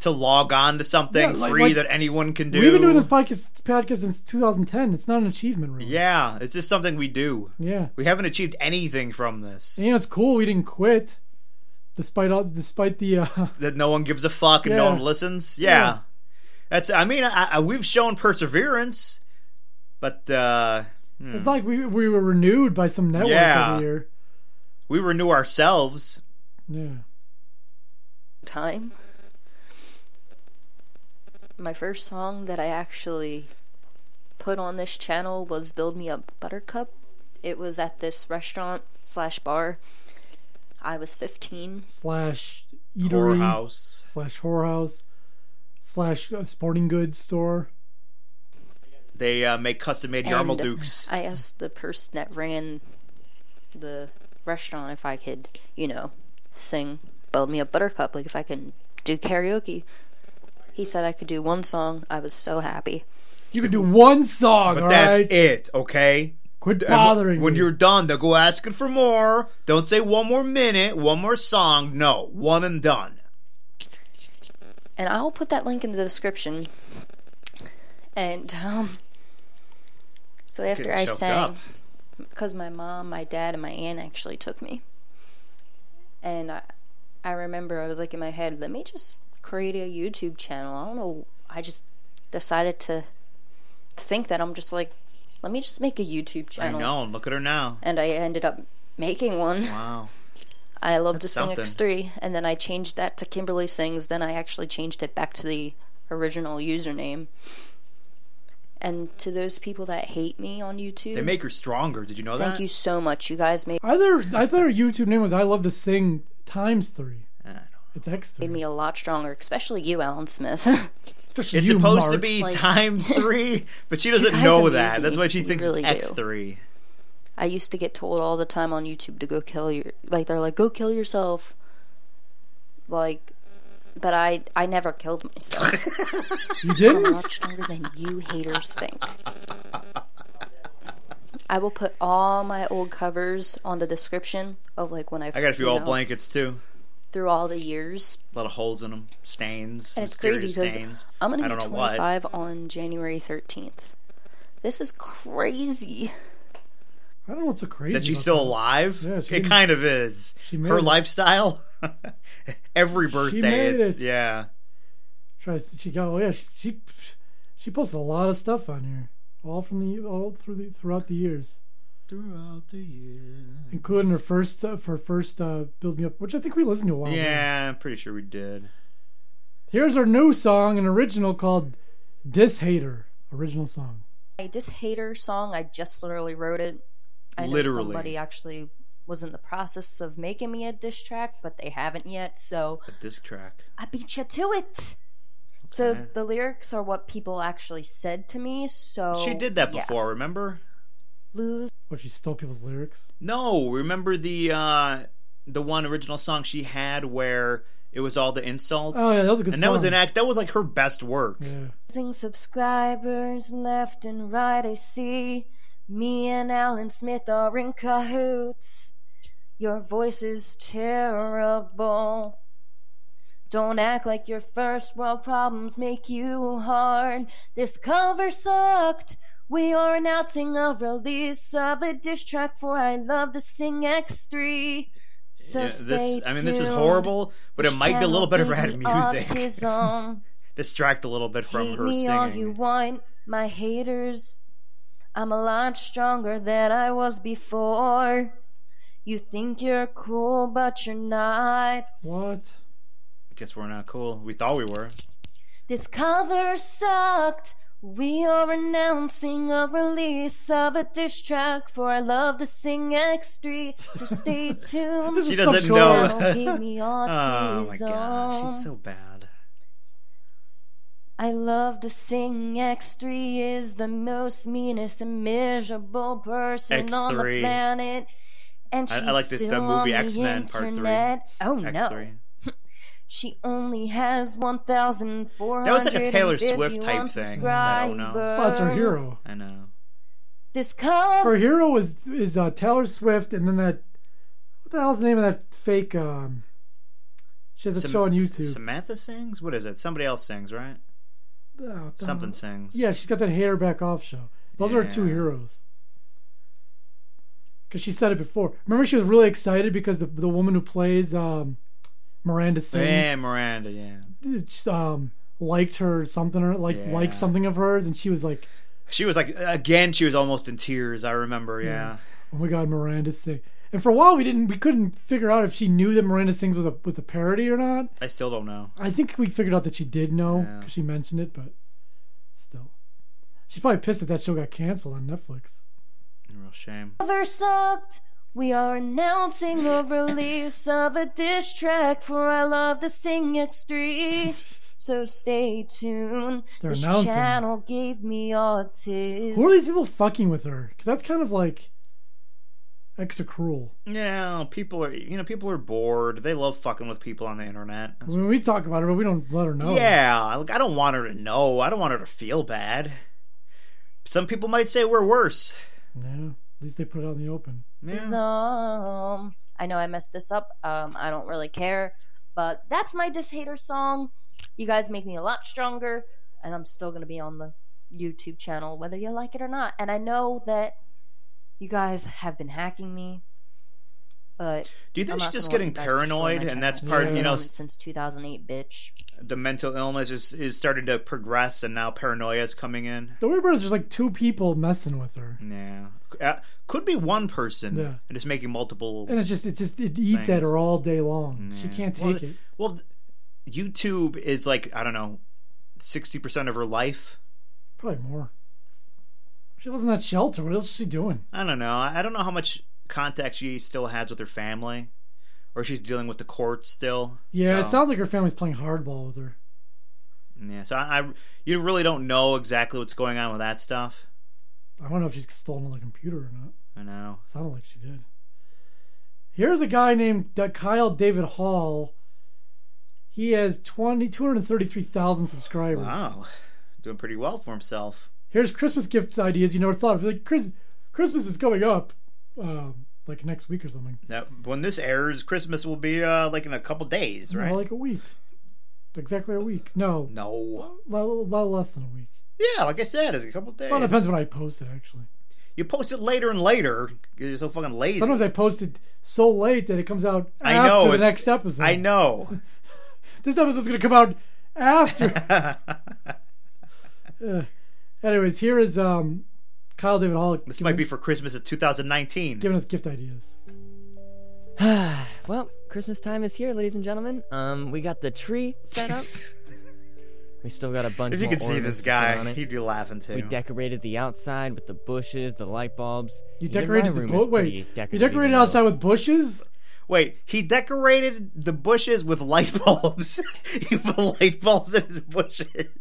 To log on to something Yeah, like- free like- that anyone can do. We've been doing this podcast, podcast since 2010. It's not an achievement, really. Yeah, it's just something we do. Yeah. We haven't achieved anything from this. And, you know, it's cool we didn't quit, despite all, despite the. Uh, *laughs* That no one gives a fuck and no Yeah. one listens. Yeah. Yeah. That's. I mean, I, I, we've shown perseverance, but uh, It's like we we were renewed by some network Yeah. every year. we renew ourselves. Yeah. time. My first song that I actually put on this channel was Build Me Up Buttercup. It was at this restaurant slash bar. I was 15. Slash eatery. Whorehouse. Slash whorehouse. Slash uh, sporting goods store. They uh, make custom made And Yarmulkes. I asked the person that ran the restaurant if I could, you know, sing Build Me a Buttercup, like if I can do karaoke. He said I could do one song. I was so happy. You could do one song, But all that's right? it, okay? Quit And wh- bothering When me. you're done, they'll go asking for more. Don't say one more minute, one more song. No, one and done. And I'll put that link in the description. And, um, so after Getting I choked sang, up. because my mom, my dad, and my aunt actually took me. And I, I remember I was like in my head, let me just create a YouTube channel. I don't know. I just decided to think that I'm just like, let me just make a YouTube I channel. know, and look at her now. And I ended up making one. Wow. I love to sing something. X3, and then I changed that to Kimberly Sings. Then I actually changed it back to the original username. And to those people that hate me on YouTube, They make her stronger. Did you know thank that? you so much. You guys made Either, I thought her YouTube name was I Love to Sing times three. I don't know. It's X three. me a lot stronger, especially you, Alan Smith. *laughs* Especially It's you, supposed to Mark. be Like- *laughs* times three, but she doesn't guys know amuse that. That's me. why she You thinks really do. it's X3. I used to get told all the time on YouTube to go kill your like they're like go kill yourself. Like but I I never killed myself. You I'm didn't? much stronger than you haters think. I will put all my old covers on the description of like when I I got a few you old know, blankets, too. through all the years. A lot of holes in them, stains. And it's crazy mysterious because stains. I'm I gonna be don't know what. 25 on January 13th. This is crazy. I don't know what's so crazy. That she's about still that. alive? Yeah, she it didn't- kind of is. she made Her it. lifestyle? *laughs* Every birthday, made it's. it. Yeah. Tries. She got. Oh yeah. She, she she posted a lot of stuff on here, all from the all through the throughout the years. Throughout the year. including her first uh, her first uh, "Build Me Up," which I think we listened to a while. back. Yeah, I'm pretty sure we did. Here's her new song, an original called "Dis Hater," original song. I just hate her song. I just literally wrote it. I Literally. know somebody actually was in the process of making me a diss track, but they haven't yet. So A disc track. I beat you to it. So Okay. the lyrics are what people actually said to me. So she did that Oh, yeah. before, remember? Lose What she stole people's lyrics. No, remember the uh the one original song she had where it was all the insults. Oh, yeah, that was a good And that was song. an act. That was like her best work. Yeah. Losing subscribers left and right, I see. Me and Alan Smith are in cahoots. Your voice is terrible. Don't act like your first world problems make you hard. This cover sucked. We are announcing a release of a diss track for I Love to Sing X3. So Yeah, stay this I mean this is tuned. horrible, but it This might be a little channel better if I gave had me music. Autism. *laughs* Distract a little bit from Hate her me all you singing. want, my haters. I'm a lot stronger than I was before. You think you're cool, but you're not. What? Guess we're not cool. We thought we were. This cover sucked. We are announcing a release of a diss track for I Love to Sing X3, so *laughs* stay tuned. This She is so doesn't short. *laughs* know. Don't give me Oh my autism. gosh, she's so bad. I love to sing. X3 is the most meanest and miserable person on the X3. planet. And I- I she's like this- still the movie on X-Men the Part Three. internet. Oh no, X3. she only has one thousand four That hundred. was like a Taylor Swift type thing. I don't know. Well, that's her hero. I know. This cover Her hero is is uh, Taylor Swift, and then that. What the hell's the name of that fake? Um, she has a Sam- show on YouTube. Samantha sings? What is it? Somebody else sings, right? Oh, what the Something hell? sings. Yeah, she's got that hair back off show. Those are her two Yeah. heroes. Because she said it before. Remember, she was really excited because the the woman who plays um, Miranda Sings Yeah, Miranda, yeah. um, liked her something or like Yeah. liked something of hers, and she was like, She was like again. She was almost in tears. I remember. Yeah. "Oh my god, Miranda Sings." And for a while, we didn't we couldn't figure out if she knew that Miranda Sings was a was a parody or not. I still don't know. I think we figured out that she did know Yeah. 'cause she mentioned it, but still, she's probably pissed that that show got canceled on Netflix. Real shame. cover sucked. We are announcing a release of a diss track for I Love to Sing X3. So stay tuned. They're this announcing. channel gave me Who autism. are these people fucking with her? Because that's kind of like extra cruel. Yeah, people are. You know, people are bored. They love fucking with people on the internet. I mean, we talk about her, but we don't let her know. Yeah, like I don't want her to know. I don't want her to feel bad. Some people might say we're worse. Yeah. At least they put it out in the open. Yeah. Um, I know I messed this up. Um, I don't really care. But that's my Diss Hater song. You guys make me a lot stronger. And I'm still going to be on the YouTube channel, whether you like it or not. And I know that you guys have been hacking me. But Do you think I'm she's not just gonna getting let you guys destroy my paranoid, and that's channel. part? Yeah. You know, s- since 2008, bitch. the mental illness is is starting to progress, and now paranoia is coming in. The weird part is there's like two people messing with her. Yeah, Uh, could be one person, Yeah. and it's making multiple. And it's just, it just, it eats at her all day long. She can't take it. Well, th- YouTube is like I don't know, sixty percent of her life. Probably more. She wasn't that shelter. What else is she doing? I don't know. I I don't know how much contact she still has with her family, or she's dealing with the court still. Yeah, So- it sounds like her family's playing hardball with her. Yeah, so I, I you really don't know exactly what's going on with that stuff. I don't know if she's stolen the computer or not. I know. Sounded like she did. Here's a guy named D- Kyle David Hall. He has 20, 233,000 subscribers. Wow, doing pretty well for himself. Here's Christmas gifts ideas you never thought of. Like Chris, Christmas is coming up, um, like next week or something. That when this airs, Christmas will be uh, like in a couple days, No, right? like a week. Exactly a week. No, no. a lot less than a week. Yeah, like I said, it's a couple days. Well, it depends when I post it, actually. You post it later and later. 'cause You're so fucking lazy. Sometimes I post it so late that it comes out I after know, the it's- next episode. I know. This episode's going to come out after. *laughs* Ugh. anyways, here is um, Kyle David Hall This might be for Christmas of 2019. giving us gift ideas. well, Christmas time is here, ladies and gentlemen. Um, we got the tree set up. we still got a bunch. If you more could see ornaments this to put on guy, it. he'd be laughing too. we decorated the outside with the bushes, the light bulbs. You Even my decorated the room bu- is pretty wait. You decorated though. outside with bushes. Wait, he decorated the bushes with light bulbs. *laughs* he put light bulbs in his bushes.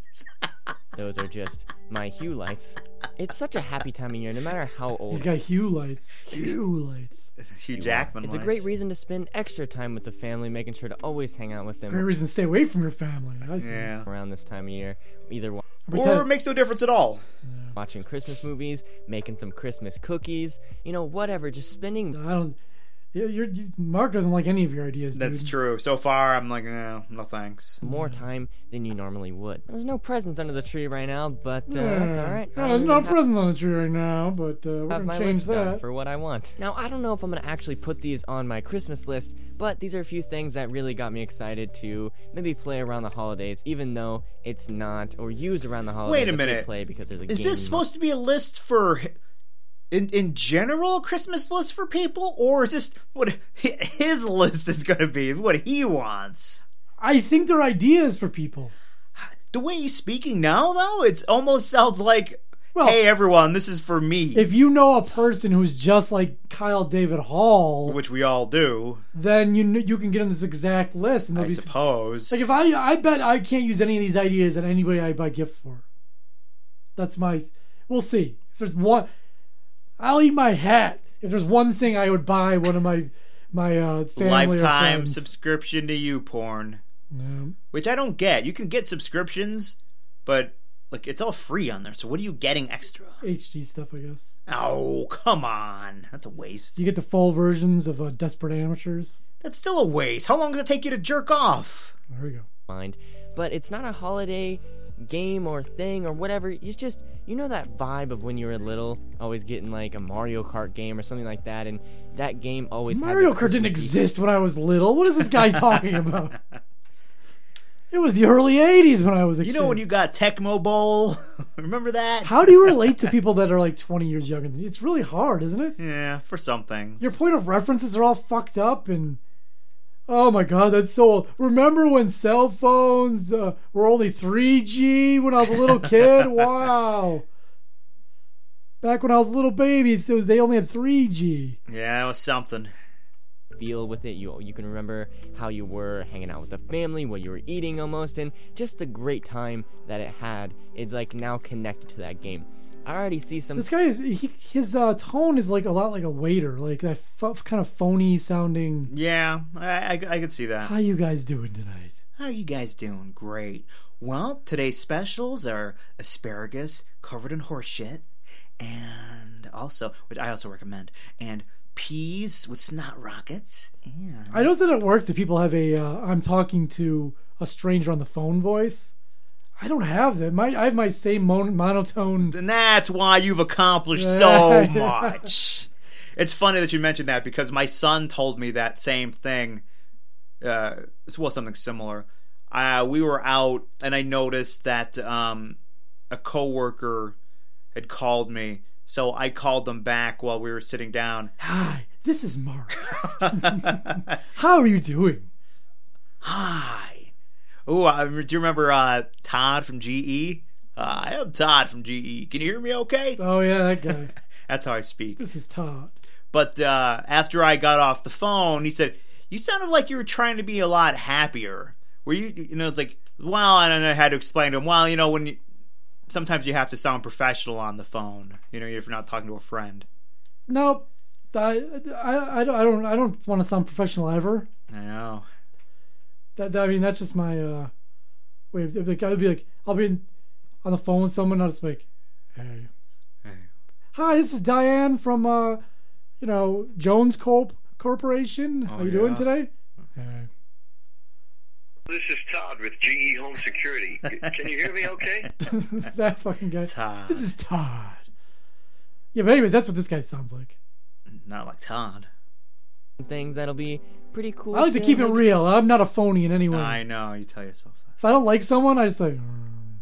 Those are just my hue lights. It's such a happy time of year, no matter how old. He's got hue lights. Hue lights. Hugh Jackman. it's a lights. great reason to spend extra time with the family, making sure to always hang out with them Great reason to stay away from your family. I see. Yeah. around this time of year. Either wa- Or it makes no difference at all. watching Christmas movies, making some Christmas cookies, you know, whatever. Just spending I don't. you- You're, you, Mark doesn't like any of your ideas. That's Mm-hmm. dude. true. So far, I'm like, no, no thanks. more time than you normally would. Mm. There's no presents under the tree right now, but uh, Yeah. that's all right. Yeah, I'm there's gonna no have- presents on the tree right now, but uh, we're have gonna my change list done that. for what I want. Now, I don't know if I'm gonna actually put these on my Christmas list, but these are a few things that really got me excited to maybe play around the holidays, even though it's not or use around the holidays. Wait a I say minute. Play because there's a Is game this supposed to be a list for, in in general, a Christmas list for people, or is this what hi- his list is going to be? What he wants. I think they're ideas for people. The way he's speaking now, though, it's almost sounds like, Well- hey everyone, this is for me, If you know a person who's just like Kyle David Hall, which we all do, then you kn- you can get on this exact list, and they'll I be suppose. like, if I I bet I can't use any of these ideas on anybody I buy gifts for. That's my. We'll see. If there's one, I'll eat my hat. If there's one thing I would buy, one of my my uh, family or lifetime friends. subscription to you porn Yeah. which i don't get you can get subscriptions but like it's all free on there so what are you getting extra HD stuff, I guess. oh come on that's a waste You get the full versions of uh, Desperate Amateurs. that's still a waste how long does it take you to jerk off There we go. mind, but it's not a holiday game or thing or whatever. It's just you know that vibe of when you were little, always getting like a Mario Kart game or something like that, and that game always Mario has a Kart didn't Christmassy- exist when I was little. What is this guy talking *laughs* about? It was the early '80s when I was a you kid. know when you got tecmo bowl *laughs* remember that How do you relate to people that are like 20 years younger than you? It's really hard, isn't it? yeah for some things Your point of references are all fucked up and. Oh my god, that's so old. Remember when cell phones uh, were only 3G when I was a little *laughs* kid? Wow. Back when I was a little baby, it was, they only had 3G. yeah it was something feel with it. You you can remember how you were hanging out with the family, what you were eating almost, and just the great time that it had. It's like now connected to that game. I already see some This guy is he, his uh, tone is like a lot like a waiter, like that f- kind of phony sounding. yeah i i, I could see that How you guys doing tonight? How are you guys doing? Great. Well, today's specials are asparagus covered in horse shit, and also, which I also recommend, and peas with snot rockets. And I noticed that at work that people have a uh, I'm talking to a stranger on the phone voice. I don't have that. My I have my same mon- monotone. and that's why you've accomplished so much. It's funny that you mentioned that because my son told me that same thing. Uh, well, something similar. Uh, we were out, and I noticed that um, a coworker had called me, so I called them back while we were sitting down. Hi, this is Mark. *laughs* How are you doing? Hi. Ooh, I, do you remember uh, Todd from GE? Uh, I am Todd from GE. Can you hear me? Okay, Oh yeah, that guy. that's how I speak. this is Todd. But uh, after I got off the phone, he said, "You sounded like you were trying to be a lot happier." Were you? You know, it's like, well, and then I had to explain to him, well, you know, when you, sometimes you have to sound professional on the phone. You know, if you're not talking to a friend. Nope. I, I, I don't I don't I don't want to sound professional ever. I know. That, that I mean, that's just my uh, way. Of, like, I'd be like, I'll be on the phone with someone. I'll just be like, hey, Hey. hi, this is Diane from uh, you know, Jones Corp Corporation. How Oh, you doing yeah. today? Hey. *laughs* This is Todd with GE Home Security. Can you hear me okay? that fucking guy. Todd. This is Todd. Yeah, but anyways, that's what this guy sounds like. Not like Todd. things that'll be pretty cool. I like to keep it real. I'm not a phony in any way. I know. You tell yourself that. If I don't like someone, I just like. "Mm."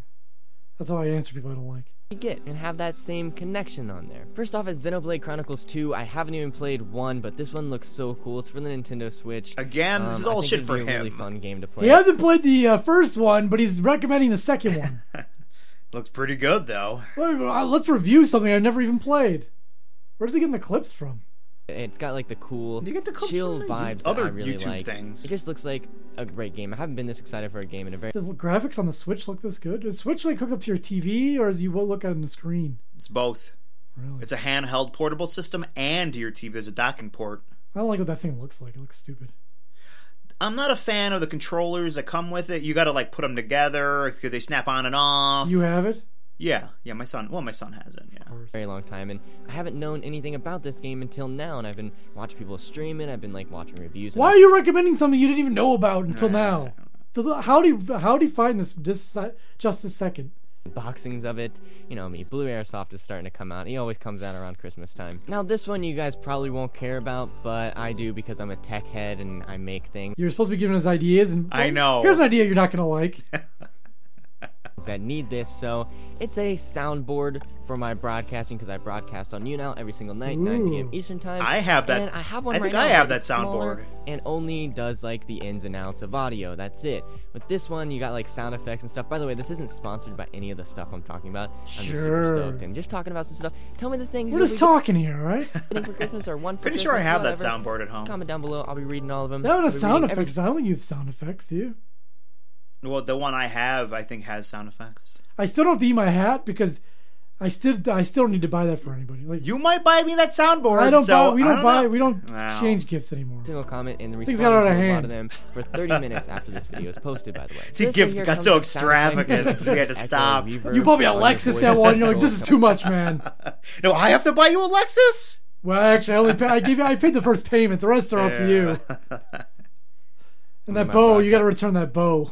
That's how I answer people I don't like. you get and have that same connection on there. First off is Xenoblade Chronicles 2. I haven't even played 1, but this one looks so cool. It's for the Nintendo Switch. Um, Again, this is I all think shit it'd for be a really him. fun game to play. He hasn't played the uh, first one, but he's recommending the *laughs* second one. Looks pretty good though. Wait, uh, Let's review something I've never even played. Where's he getting the clips from? It's got like the cool, You get to come chill from the vibes other that I really YouTube like. things. It just looks like a great game. I haven't been this excited for a game in a very Does the graphics on the Switch look this good? Is Switch like hooked up to your TV, or is you will look at it on the screen? It's both. Really? It's a handheld portable system and your TV is a docking port. I don't like what that thing looks like. It looks stupid. I'm not a fan of the controllers that come with it. You got to like put them together. 'cause They snap on and off. You have it? yeah, yeah. My son. Well, my son has it. Yeah. very long time, and I haven't known anything about this game until now. And I've been watching people stream it. I've been like watching reviews. and Why I- are you recommending something you didn't even know about until now? Does- How do you, how do you find this just, se- just a second? boxings of it. You know me, Blue Airsoft is starting to come out. He always comes out around Christmas time. Now this one you guys probably won't care about, but I do because I'm a tech head and I make things You're supposed to be giving us ideas, and I know. Here's an idea you're not gonna *laughs* like. that need this. So it's a soundboard for my broadcasting because I broadcast on you now every single night, 9 p.m. Ooh. Eastern time. I have that- And I have one. I right think now, I have but it's that smaller soundboard. And only does like the ins and outs of audio. That's it. With this one, you got like sound effects and stuff. By the way, this isn't sponsored by any of the stuff I'm talking about. I'm just super Sure. stoked and just talking about some stuff. Tell me the things We're that just we- talking here, all *laughs* right? getting for Christmas or one for Pretty sure I Christmas, have that soundboard whatever. at home. Comment down below. I'll be reading all of them. That one I'll has be sound reading every- effects. I don't think you have sound effects, do you? Well, the one I have, I think, has sound effects. I still don't have to eat my hat because I still I still don't need to buy that for anybody. Like You might buy me that soundboard. I don't so buy we I don't, buy know. we don't Wow. exchange gifts anymore. Single comment and the Things response got out of to a lot hand. of them *laughs* for 30 minutes after this video is posted. By the way, The This gift right here got comes so with sound effects, extravagant, we *laughs* had to echo, stop. reverb, You bought me a audio Lexus voice that one. You're like, control, this *laughs* is too *laughs* much, man. *laughs* No, I have to buy you a Lexus. Well, actually, I only pay, I gave you, I paid the first payment. The rest are up to *laughs* you. And that My bow, bad. you got to return that bow.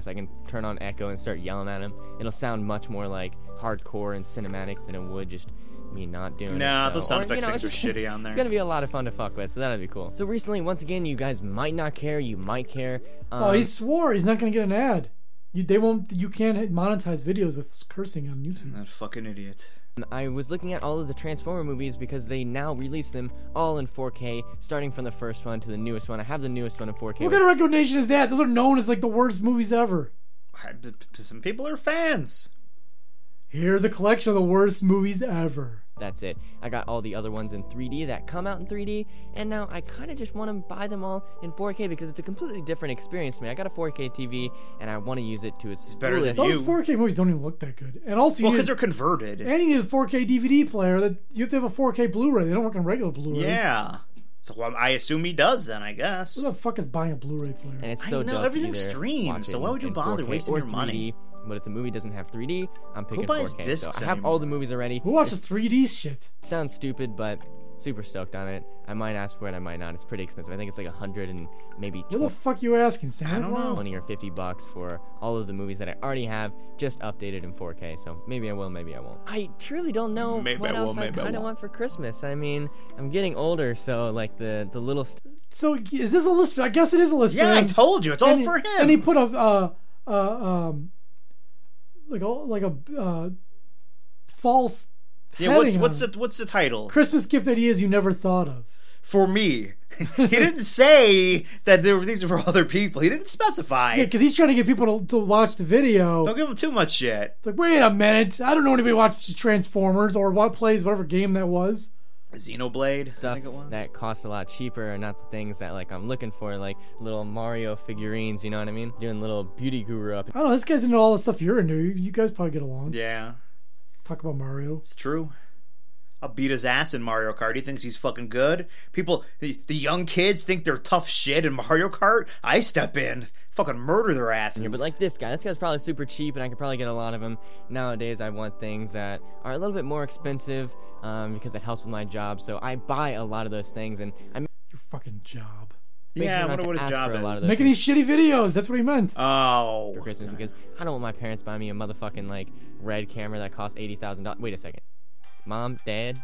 So I can turn on echo and start yelling at him. It'll sound much more like hardcore and cinematic than it would just me not doing *laughs* Nah, it. those so- sound or, you effects know, things are it's- shitty on there. It's gonna be a lot of fun to fuck with, so that'll be cool. So recently, once again, you guys might not care, you might care. Um, Uh-huh. Oh, he swore he's not going to get an ad. You, they won't. You can't monetize videos with cursing on YouTube. That fucking idiot. I was looking at all of the Transformer movies because they now release them all in 4K, starting from the first one to the newest one. I have the newest one in 4K. What kind of recommendation is that? Those are known as like the worst movies ever. I- p- p- Some people are fans. Here's a collection of the worst movies ever. That's it. I got all the other ones in 3D that come out in 3D, and now I kind of just want to buy them all in 4K because it's a completely different experience to me. I got a 4K TV, and I want to use it to its better than fullest. you. Those 4K movies don't even look that good. And also, you Well, need because they're converted. and you need a 4K DVD player. That you have to have a 4K Blu-ray. They don't work on regular Blu-ray. Yeah. So well, I assume he does then. I guess. Who the fuck is buying a Blu-ray and player? it's I so know, dope. everything's either streamed, watch so it why would you in bother 4K wasting or your money? 3D, But if the movie doesn't have 3D, I'm picking buys 4K. So discs I have all the anymore? movies already. Who watches 3D shit? sounds stupid, but super stoked on it. I might ask for it, I might not. It's pretty expensive. I think it's like a hundred and maybe What the tw- fuck you asking, Santa I don't know. Claus? twenty or fifty bucks for all of the movies that I already have, just updated in 4K. So maybe I will, maybe I won't. I truly don't know Maybe what I will, else I maybe I kind of won't. want for Christmas. I mean, I'm getting older, so like the the little st- So is this a list? I guess it is a list. yeah, for I him. told you. It's all and for he, him. And he put a uh, uh, um, like a like a uh, false yeah. What, heading what's on the What's the title? it. Christmas gift ideas you never thought of? For me. *laughs* he didn't say that there were these were for other people. He didn't specify. Yeah, because he's trying to get people to, to watch the video. Don't give him too much shit. Like, wait a minute! I don't know anybody who watches Transformers or what plays whatever game that was. Xenoblade. I stuff think it was. that costs a lot cheaper and not the things that like I'm looking for, like little Mario figurines. You know what I mean? Doing little beauty guru up. I don't know. This guy's into all the stuff you're into. You, you guys probably get along. Yeah, Talk about Mario. it's true. I'll beat his ass in Mario Kart. He thinks he's fucking good. People, the, the young kids think they're tough shit in Mario Kart. I step in, fucking murder their asses. But like this guy, this guy's probably super cheap, and I could probably get a lot of them. Nowadays, I want things that are a little bit more expensive um, because it helps with my job. So I buy a lot of those things, and I make Your fucking job. yeah, I sure not wonder to what his ask job for a lot is. of those Making these shitty videos. That's what he meant. oh, Christmas because I don't want my parents buying me a motherfucking like red camera that costs eighty thousand dollars. Wait a second, mom, dad,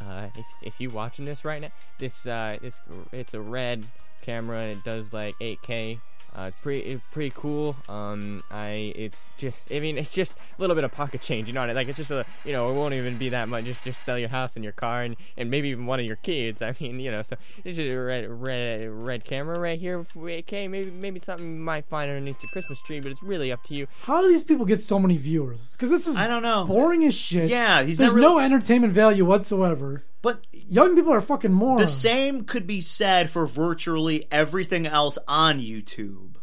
uh, if if you watching this right now, this uh, this it's a red camera and it does like eight K. Uh, it's pretty it's pretty cool. Um, I it's just I mean it's just a little bit of pocket change, you know. Like it's just a you know it won't even be that much. Just just sell your house and your car and, and maybe even one of your kids. *laughs* I mean you know so it's just a red red red camera right here. Okay, maybe maybe something you might find underneath the Christmas tree, but it's really up to you. How do these people get so many viewers? Because this is I don't know. boring as shit. Yeah, he's there's not really- no entertainment value whatsoever. But Young people are fucking morons. the same could be said for virtually everything else on YouTube.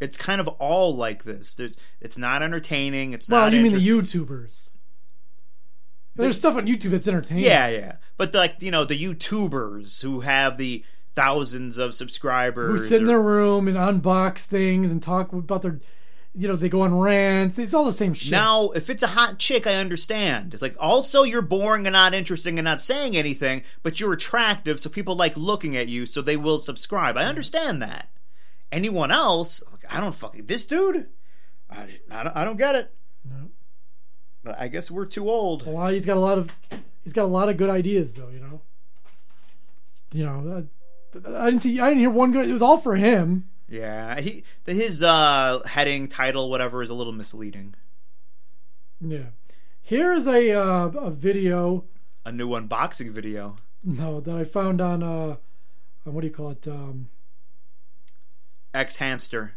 It's kind of all like this. There's, it's not entertaining. It's well, not. you mean the interest- YouTubers? There's stuff on YouTube that's entertaining. Yeah, yeah. But like you know the YouTubers who have the thousands of who subscribers. sit in or- their room and unbox things and talk about their, you know, they go on rants. It's all the same shit. Now, if it's a hot chick, I understand. It's like also you're boring and not interesting and not saying anything, but you're attractive, so people like looking at you, so they will subscribe. I understand that. Anyone else, like, I don't fucking this dude. I, I, don't, I don't get it. No. But I guess we're too old. Well, he's got a lot of, he's got a lot of good ideas though. You know, you know, I, I didn't see, I didn't hear one good. It was all for him. Yeah, he his uh, heading, title, whatever, is a little misleading. Yeah. Here is a uh, a video A new unboxing video. no that I found on uh, on what do you call it? Um, Ex hamster.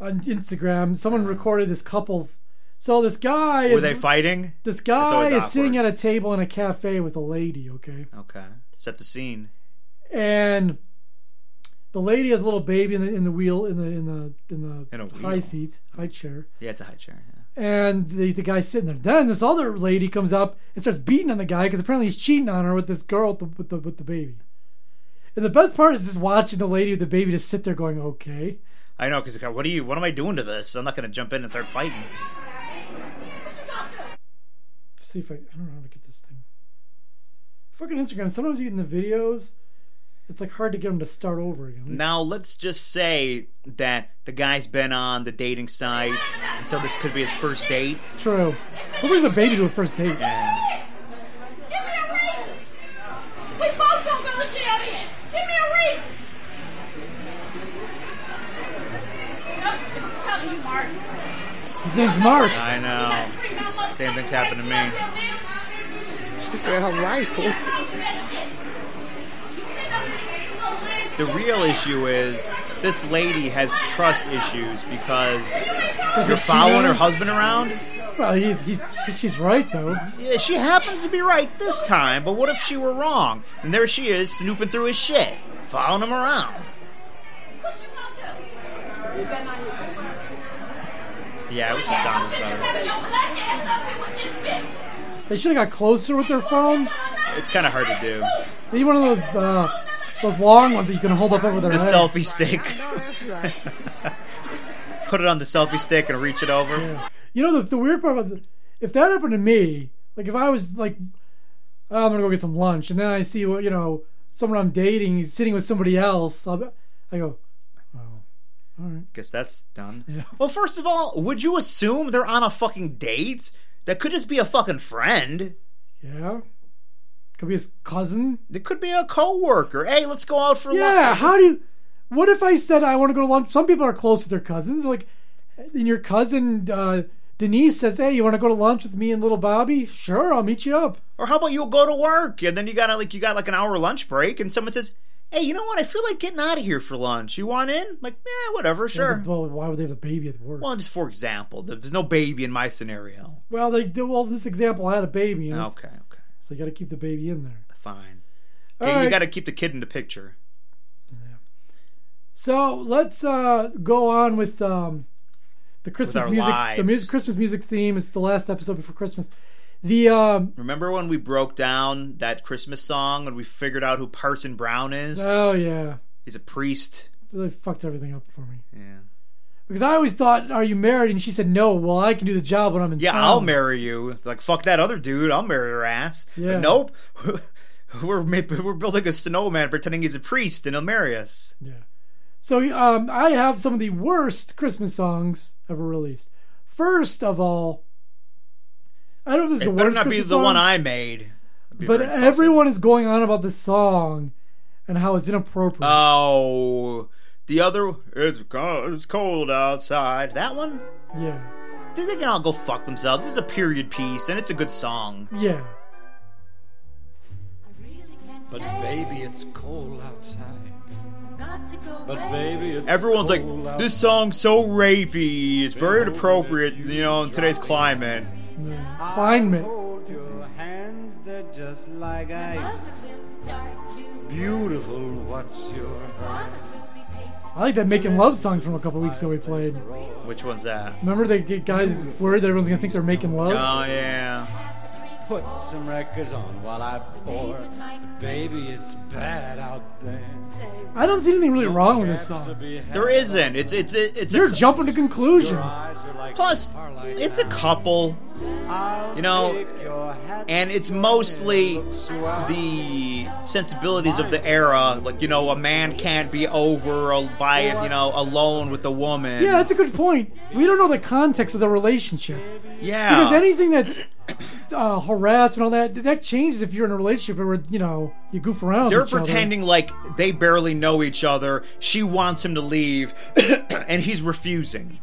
on Instagram, someone recorded this couple. So this guy Uh-huh. Were is they fighting? this That's guy always is awkward. sitting at a table in a cafe with a lady. Okay. Okay, set the scene. and the lady has a little baby in the in the wheel in the in the in the In a high wheel. seat high chair Yeah, it's a high chair. Yeah. and the, the guy's sitting there then this other lady comes up and starts beating on the guy because apparently he's cheating on her with this girl with the, with the with the baby and the best part is just watching the lady with the baby just sit there going okay I know, because what are you? What am I doing to this? I'm not going to jump in and start fighting. Let's see if I, I don't know how to get this thing fucking instagram sometimes even the videos it's like hard to get them to start over again Now, let's just say that the guy's been on the dating sites, and so this could be his first date. true who brings a baby to a first date And Give me a reason. We both don't know what she out is. Give me a reason. Nope, I'm telling you, Mark. his name's mark I know. Same thing's happened to me. She's a rifle. The real issue is this lady has trust issues because you're following her husband around. Well, he's, he's, she's right though. Yeah, she happens to be right this time, but what if she were wrong? And there she is, snooping through his shit, following him around. Yeah, I wish the sound was better. They should have got closer with their phone. It's kind of hard to do. They need one of those uh, those long ones that you can hold up over their The head. selfie stick. *laughs* *laughs* Put it on the selfie stick and reach it over. You know the, the weird part about the, if that happened to me, like if I was like, oh, I'm gonna go get some lunch, and then I see what you know someone I'm dating is sitting with somebody else, I'll be, I go, Guess that's done. Well, first of all, would you assume they're on a fucking date? That could just be a fucking friend. yeah, could be his cousin. It could be a coworker. Hey, let's go out for Yeah, lunch. how do you? What if I said I want to go to lunch? Some people are close with their cousins. Like, and your cousin uh, Denise says, "Hey, you want to go to lunch with me and little Bobby? Sure, I'll meet you up." Or how about you go to work and then you got like you got like an hour lunch break and someone says, "Hey, you know what? I feel like getting out of here for lunch. You want in?" Like, yeah, whatever, sure. Well, why would they have a baby at work? Well, Well, just for example, there- there's no baby in my scenario. they do. Well, in this example, I had a baby, and it's- Okay, okay, so you got to keep the baby in there. fine. All Yeah, You right, got to keep the kid in the picture. so let's uh, go on with um, the Christmas our music. The lives. music, Christmas music theme is the last episode before Christmas. The um, Remember when we broke down that Christmas song and we figured out who Parson Brown is? oh yeah, He's a priest. really fucked everything up for me. Yeah. Because I always thought, "Are you married?" And she said, "No." Well, I can do the job when I'm in Yeah, town. I'll marry you. It's Like fuck that other dude. I'll marry her ass. But Yeah. nope. *laughs* we're ma- we're building a snowman pretending he's a priest and he'll marry us. Yeah. So um, I have some of the worst Christmas songs ever released. First of all, I don't know if this is It the better worst not be Christmas the one song, I made. That'd be but very insulting. everyone is going on about this song and how it's inappropriate. Uh. Oh, the other it's cold, it's cold outside. That one? yeah, They they can all go fuck themselves. This is a period piece, and it's a good song. yeah. But baby, it's cold outside. But baby, it's Everyone's cold like, out- this song's so rapey. It's very inappropriate, you know, in today's climate. Kleinman. Hold your hands, they're just like ice. Beautiful, what's your I like that making love song from a couple weeks ago we played. Which one's that? Remember the g- guys worried that everyone's gonna think they're making love? Oh yeah. Put some records on while I pour. Baby, it's bad out there. I don't see anything really wrong with this song. There isn't. It's it's it's You're a jumping to conclusions. plus. It's a couple, you know, and it's mostly the sensibilities of the era. Like you know, a man can't be over or by you know alone with a woman. Yeah, that's a good point. We don't know the context of the relationship. yeah. Because anything that's uh, harassment, all that, that changes if you're in a relationship where, you know, you goof around. They're with each other. pretending like they barely know each other. She wants him to leave, *coughs* and he's refusing.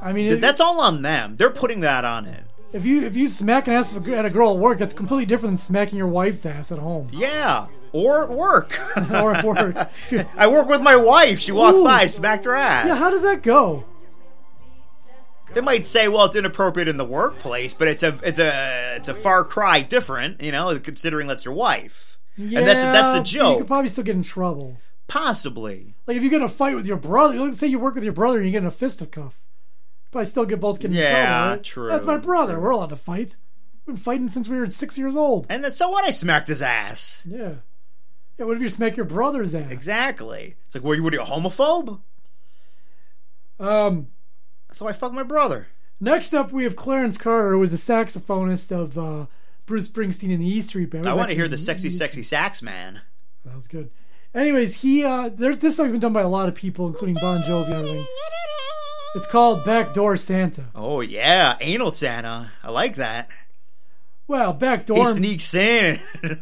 I mean, Th- it, That's all on them. They're putting that on it. if you if you smack an ass of a gr- at a girl at work, that's completely different than smacking your wife's ass at *laughs* home Yeah. Or at work. *laughs* or at work. If you- I work with my wife. She walked Ooh. by, smacked her ass. yeah, how does that go? They might say, "Well, it's inappropriate in the workplace," but it's a it's a it's a far cry different, you know, considering that's your wife, Yeah, and that's that's a but You joke, could probably still get in trouble. possibly. Like if you get in a fight with your brother, let's say you work with your brother and you get in a fisticuff, probably still get both get in Yeah, trouble. right? true, That's my brother. true. We're allowed to fight. We've been fighting since we were six years old. And then so what? I smacked his ass. Yeah. Yeah. What if you smack your brother's ass? Exactly. It's like, what are you, what are you a homophobe? Um. So I fucked my brother. Next up, we have Clarence Carter, who was a saxophonist of uh, Bruce Springsteen and the E Street Band. I Was want to hear actually- the sexy, sexy sax man. That was good. Anyways, he uh, there, this song's been done by a lot of people, including Bon Jovi and everything. It's called "Backdoor Santa." Oh yeah, anal Santa. I like that. Well, He backdoor, sneaks in. *laughs*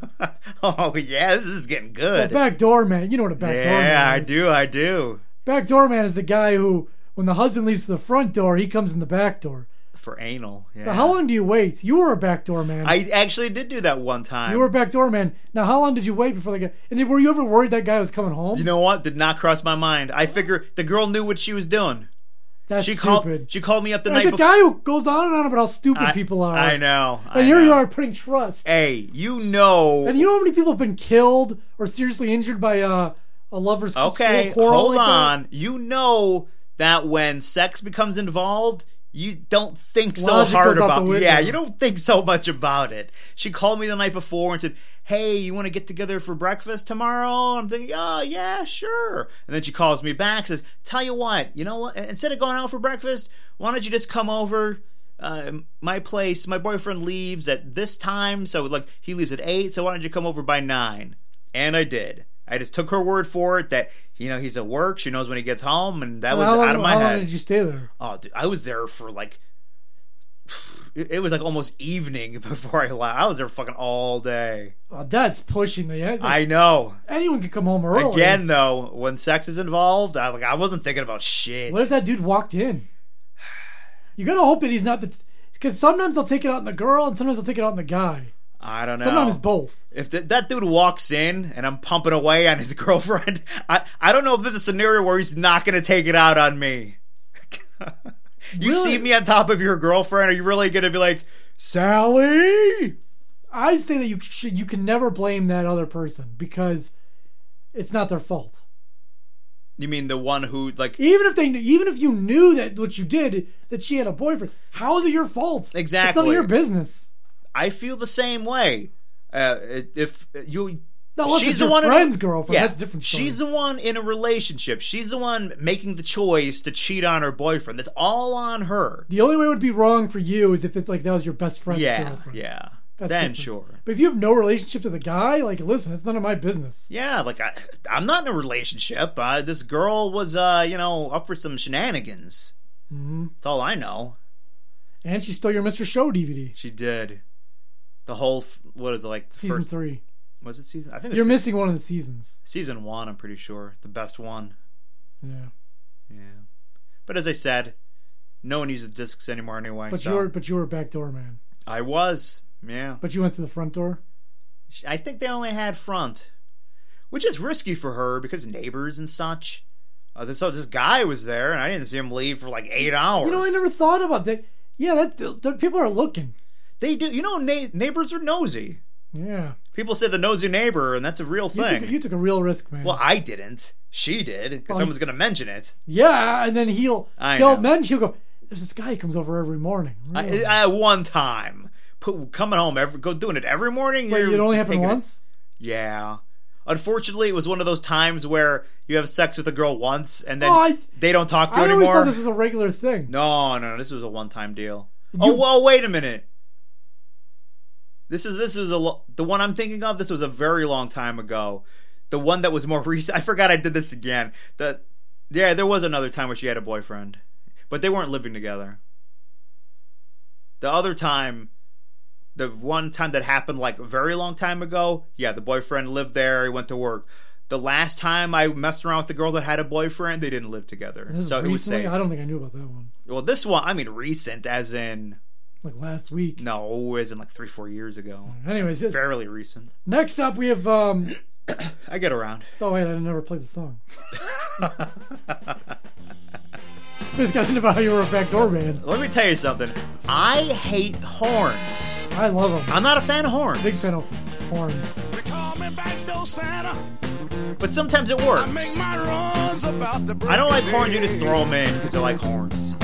oh yeah, this is getting well, good. backdoor man. You know what a backdoor Yeah, man I is. do. I do. Backdoor man is the guy who, when the husband leaves the front door, he comes in the back door. For anal. Now, Yeah. how long do you wait? You were a backdoor man. I actually did do that one time. you were a backdoor man. Now, how long did you wait before the guy? And were you ever worried that guy was coming home? You know what? Did not cross my mind. I figure the girl knew what she was doing. That's She stupid. called. She called me up the There's night a before. guy who goes on and on about how stupid I, people are. I know. I And here know. you are putting trust. Hey, you know. And you know how many people have been killed or seriously injured by uh, a lover's okay, quarrel? hold like that? on. You know that when sex becomes involved, you don't think so Logic hard goes out the about. window. Yeah, you don't think so much about it. She called me the night before and said, "Hey, you want to get together for breakfast tomorrow?" I'm thinking, "Oh yeah, sure." And then she calls me back says, "Tell you what, you know what? Instead of going out for breakfast, why don't you just come over?" Uh, my place. My boyfriend leaves at this time, so like he leaves at eight. So why don't you come over by nine? And I did. I just took her word for it that you know he's at work. She knows when he gets home, and that was how long, out of my how head. long did you stay there? Oh, dude, I was there for like. It it was like almost evening *laughs* before I left. I was there fucking all day. Oh, that's pushing the end. I know. Anyone could come home early. Again, though, when sex is involved, I like I wasn't thinking about shit. What if that dude walked in? You gotta hope that he's not the. Because sometimes they'll take it out on the girl and sometimes they'll take it out on the guy. I don't know. Sometimes both. If th- that dude walks in and I'm pumping away on his *laughs* girlfriend, I I don't know if there's a scenario where he's not gonna take it out on me. *laughs* you see Really? me on top of your girlfriend? Are you really gonna be like Sally? I say that you should, you can never blame that other person because it's not their fault. You mean the one who like Even if they, knew, even if you knew that what you did, that she had a boyfriend, how is it your fault? it's none Exactly. of your business. I feel the same way. Uh, if you, Now, unless it's your in- friend's girlfriend, that's a different story. She's the one in a relationship. She's the one making the choice to cheat on her boyfriend. That's all on her. The only way it would be wrong for you is if it's like that was your best friend's yeah, girlfriend. yeah. That's then different. sure. But if you have no relationship to the guy, like listen, it's none of my business. Yeah, like I, I'm not in a relationship. Uh, this girl was, uh, you know, up for some shenanigans. Mhm. That's all I know. And she stole your Mr. Show DVD, She did the whole. f- What is it like? season first- three. Was it season? I think it's You're se- missing one of the seasons. season one. I'm pretty sure the best one. Yeah. Yeah, but as I said, no one uses discs anymore anyway. But so you were but you were a backdoor man. I was. Yeah, But you went to the front door. I think they only had front, which is risky for her because neighbors and such. Uh, this, so this guy was there, and I didn't see him leave for like eight hours. You know, I never thought about that. Yeah, that, th th- people are looking. They do. You know, na- neighbors are nosy. Yeah. People say the nosy neighbor, and that's a real You thing. took, you took a real risk, man. well, I didn't. She did. 'cause Well, someone's going to mention it. yeah, and then he'll I he'll know. mention he'll go. There's this guy who comes over every morning. I, Really? I, one time, Put, coming home every, go doing it every morning. Wait, you're it only happened taking it- once. Yeah. Unfortunately, it was one of those times where you have sex with a girl once, and then Oh, I- they don't talk to you I always anymore. thought this was a regular thing. No, no, no, this was a one-time deal. You- Oh, well, wait a minute. This is this is a lo- the one I'm thinking of. This was a very long time ago. The one that was more *laughs* recent. I forgot I did this again. The yeah, there was another time where she had a boyfriend, but they weren't living together. The other time, the one time that happened like a very long time ago, yeah, the boyfriend lived there. He went to work. The last time I messed around with the girl that had a boyfriend, they didn't live together. This is so it was recently? safe. I don't think I knew about that one. Well, this one, I mean, recent, as in Like last week. no, as in like three, four years ago. Anyways, it- fairly recent. next up we have. um I get around. Oh wait, I never played the song. *laughs* Just got into how you were a backdoor man. Let me tell you something. I hate horns. I love him. I'm not a fan of horns, Big fan of horns. but sometimes it works. I don't like horns. You just throw them in because I like horns.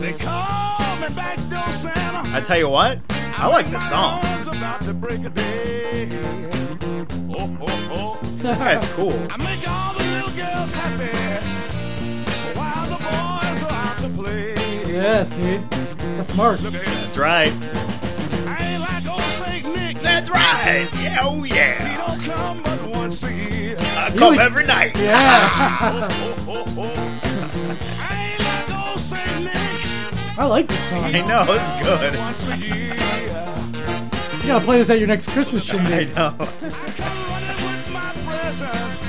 They call me back door Santa. I tell you what, I like the song. Arms about to break a day. Oh, oh, oh. This guy's cool. I make all the little girls happy while the boys are out to play. *laughs* Yeah, see, that's Mark. Look at here. That's right. I ain't like old Saint Nick. That's right. Yeah, oh He yeah. don't come but once a year. I come every night. Yeah, *laughs* Oh, oh, oh. I ain't like old Saint Nick. I like this *laughs* song. I You know it's good. Once a year. gotta play this at your next Christmas *laughs* I shindig. know. I come running with my presents.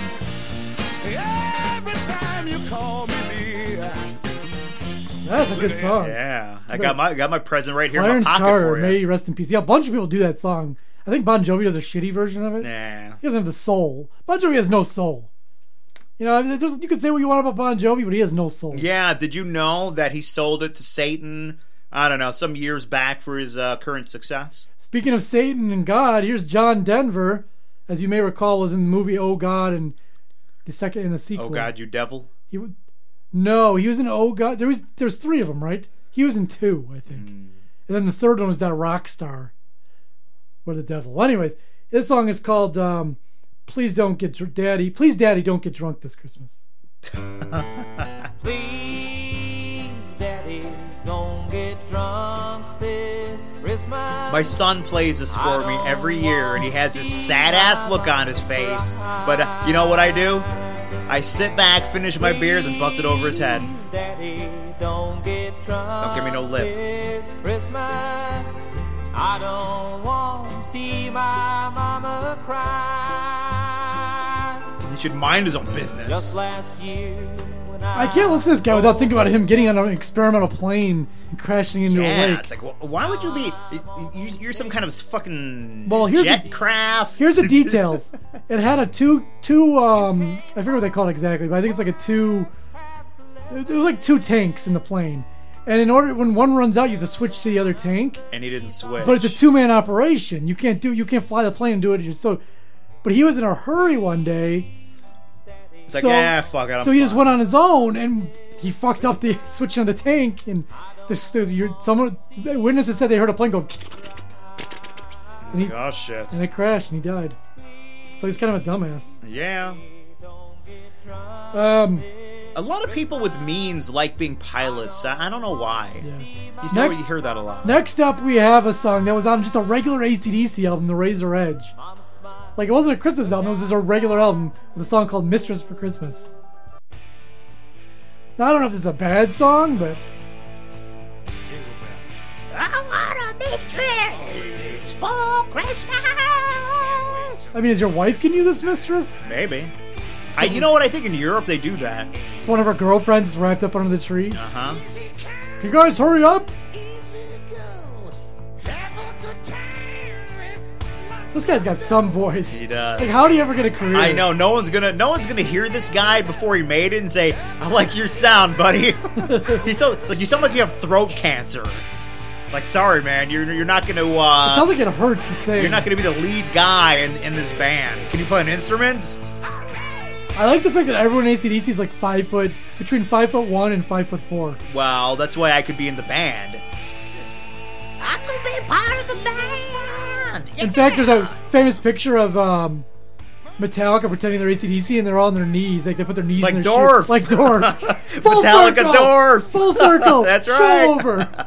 Every time you call me dear. That's a good song. Yeah, I got my got my present right here in Clarence my pocket Carter, for you. may he rest in peace. Yeah, a bunch of people do that song. I think Bon Jovi does a shitty version of it. Nah. He doesn't have the soul. Bon Jovi has no soul. You know, I mean, there's- you can say what you want about Bon Jovi, but he has no soul. Yeah, did you know that he sold it to Satan? I don't know, some years back for his uh, current success. Speaking of Satan and God, here's John Denver, as you may recall, was in the movie Oh God and the second in the sequel. Oh God, you devil! He, w- no, he was in Oh God. There was there's three of them, right? He was in two, I think, Hmm. and then the third one was that rock star, or the devil. Well, anyways, this song is called um, "Please Don't Get Dr- Daddy." Please, Daddy, don't get drunk this Christmas. Please, Daddy, don't get drunk this Christmas. My son plays this for me every year, and he has this sad ass look on his face. But uh, you know what I do? I sit back, finish my beer, then bust it over his head. Please, Daddy, don't get drunk. Don't give me no lip. This Christmas, I don't want to see my mama cry. He should mind his own Just business. last year when I, I can't listen to this guy without thinking about him getting on an experimental plane and crashing into a Yeah, lake. it's like, wh- why would you be? you- you- You're some kind of fucking Well, here's jet the- craft. Here's *laughs* the details. it had a two two um I forget what they call it exactly, but I think it's like a two it was like two tanks in the plane. And in order when one runs out you have to switch to the other tank. and he didn't switch. But it's a two man operation. You can't do you can't fly the plane and do it yourself. But he was in a hurry one day. It's like, yeah, fuck it. I'm So he just fine." went on his own and he fucked up the *laughs* switch on the tank and this you're, someone witnesses said they heard a plane go *laughs* and, he, Oh shit. and it crashed and he died. So he's kind of a dumbass. Yeah. Um, A lot of people with means like being pilots. I, I don't know why. You, know, Next- you hear that a lot. next up, we have a song that was on just a regular ACDC album, The Razor Edge. Like, it wasn't a Christmas album, it was just a regular album with a song called Mistress for Christmas. Now, I don't know if this is a bad song, but I want a mistress for Christmas. I mean, is your wife can you this mistress? Maybe. I, you know what? I think in Europe they do that. It's one of her girlfriends that's wrapped up under the tree. Uh huh. Can you guys hurry up? This guy's got some voice. He does. Like, how do you ever get a career? I know no one's gonna no one's gonna hear this guy before he made it and say, "I like your *laughs* sound, buddy." he so like you sound like you have throat cancer. Like, sorry, man, you're you're not gonna. Uh, It sounds like it hurts to say. You're not going to be the lead guy in, in this band. Can you play an instrument? I like the fact that everyone in ACDC is like five foot, between five foot one and five foot four. Well, that's why I could be in the band. I could be part of the band. In fact, there's a famous picture of um, Metallica pretending they're ACDC and they're all on their knees. Like they put their knees Like in their Dorf. shoes. Like Dorf. *laughs* Full Metallica circle. Dorf. Full circle. *laughs* That's Show right. over.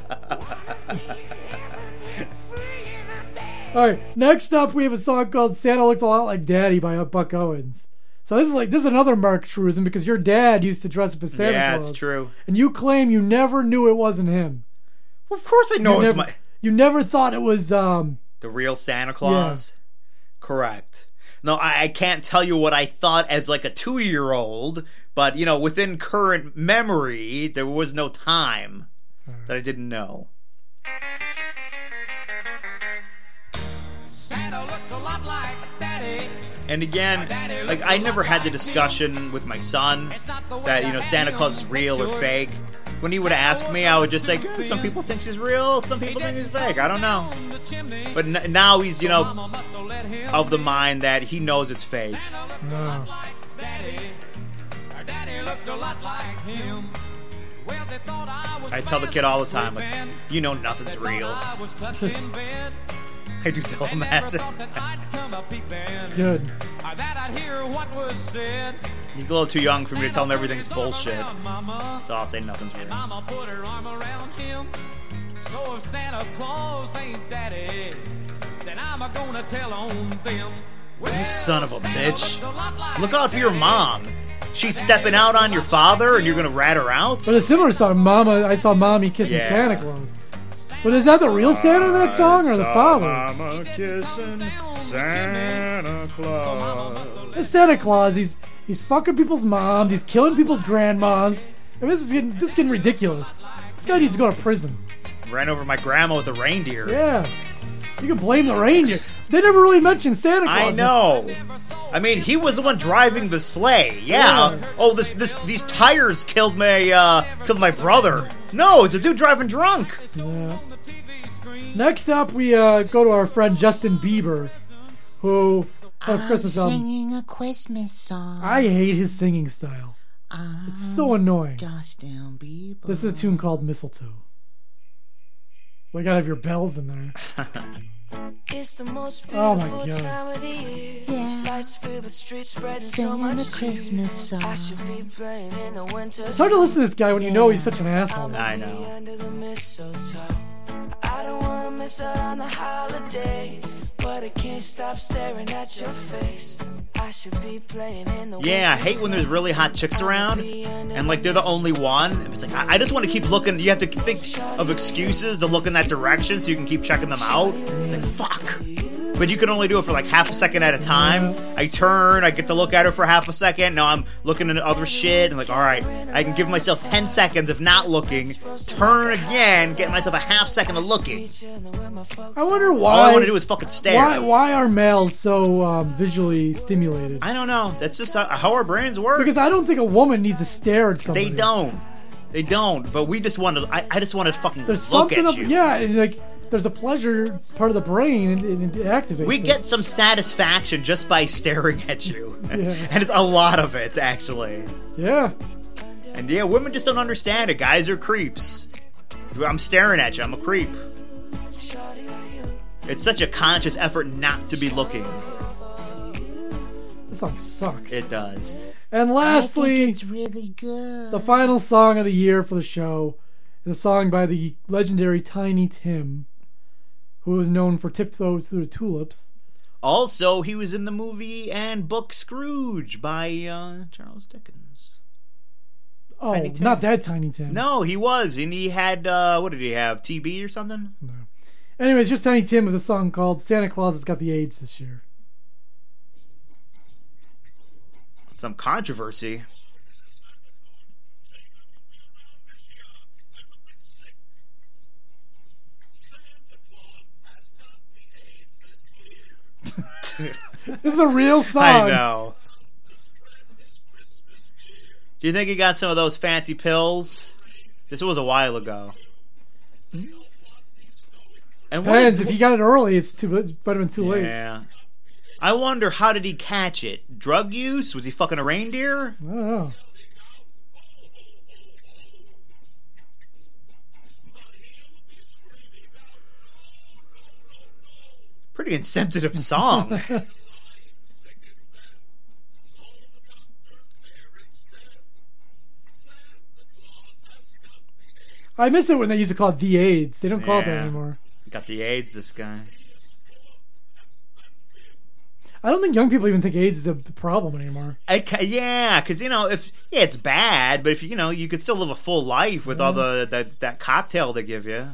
all right. Next up, we have a song called "Santa Looked a Lot Like Daddy" by Buck Owens. So this is like this is another Mark truism because your dad used to dress up as Santa yeah, Claus. it's true. And you claim you never knew it wasn't him. Well, of course I know you Oh, it's never, my- You never thought it was um The real Santa Claus. Correct. No, I, I can't tell you what I thought as like a two year old, but you know, within current memory, there was no time that I didn't know. Santa looked a lot like Daddy. And again, like I never had the discussion with my son that you know Santa Claus is real or fake. When he would ask me, I would just say, "Eh, "Some people think he's real, some people think he's fake. I don't know." But n- now he's you know of the mind that he knows it's fake. No. I tell the kid all the time, like, "You know nothing's real." *laughs* I do tell him that. *laughs* It's good. He's a little too young for me to tell him everything's bullshit, so I'll say nothing's real. So if Santa Claus ain't Daddy, then I'm a gonna tell on them. You son of a bitch. Look out for your mom. She's stepping out on your father and you're going to rat her out? But a similar song, Mama I saw mommy kissing Yeah. Uh, Santa Claus. But is that the real Santa in that song or the father? Mama kissing Santa um, Claus. It's Santa Claus, he's he's fucking people's moms, he's killing people's grandmas. I mean, this is getting this is getting ridiculous. This guy needs to go to prison. Ran over my grandma with a reindeer. Yeah. You can blame the reindeer. They never really mentioned Santa Claus. I know. I mean, he was the one driving the sleigh. Yeah. Yeah. Oh, this this these tires killed my uh killed my brother. No, it's a dude driving drunk. Yeah. Next up, we uh, go to our friend Justin Bieber, who on a Christmas album. singing a Christmas song. I hate his singing style. It's so annoying. Justin Bieber. This is a tune called Mistletoe. We gotta have your bells in there. It's the most Oh my God. beautiful time of the year. Lights fill the streets, spreading so Singing much a Christmas song. I should be playing in the winter. It's hard to listen to this guy when you know he's such an asshole. I know. Under the mistletoe. I don't wanna miss out on the holiday, but I can't stop staring at your face. I should be playing in the Yeah, I hate when there's really hot chicks around and like they're the only one. And It's like I, I just want to keep looking. You have to think of excuses to look in that direction so you can keep checking them out. It's like fuck. But you can only do it for like half a second at a time. I turn, I get to look at her for half a second. Now I'm looking at other shit and like, all right, I can give myself 10 seconds of not looking, turn again, get myself a half second of looking. I wonder why. All I want to do is fucking stare. Why, why are males so um, visually stimulated? I don't know. That's just how how our brains work. Because I don't think a woman needs to stare at somebody. They don't. They don't. But we just want to. I, I just want to fucking There's look something at up. you. Yeah, and like there's a pleasure part of the brain and, and it activates. We it. get some satisfaction just by staring at you, *laughs* Yeah. *laughs* and it's a lot of it actually. Yeah. And yeah, women just don't understand it. Guys are creeps. I'm staring at you. I'm a creep. It's such a conscious effort not to be looking. This song sucks. It does. And I lastly, think it's really good. the final song of the year for the show is a song by the legendary Tiny Tim, who was known for Tiptoe Through the Tulips. Also, he was in the movie and book Scrooge by uh, Charles Dickens. Oh, Tiny Tim. not that Tiny Tim. No, he was, and he had uh, what did he have? TB or something? Anyways, just Tiny Tim with a song called Santa Claus Has Got the AIDS This Year. some controversy. This is a real song. I know. Do you think he got some of those fancy pills? This was a while ago. And what- Depends. If you got it early, it's too it might have been too late. Yeah. I wonder how did he catch it? Drug use? Was he fucking a reindeer? I don't know. Pretty *laughs* insensitive song. I miss it when they used to call it the AIDS. They don't call it that Yeah. anymore. Got the AIDS, this guy. I don't think young people even think AIDS is a problem anymore. Okay, yeah, because you know if yeah it's bad, but if you know you could still live a full life with all the that, that cocktail they give you.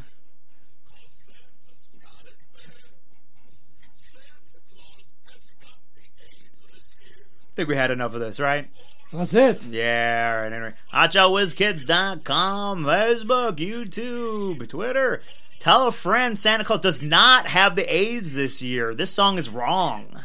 Think we had enough of this, right? That's it. Yeah, all right. Anyway, hotshotwizkids.com, Facebook, YouTube, Twitter. Tell a friend Santa Claus does not have the AIDS this year. This song is wrong.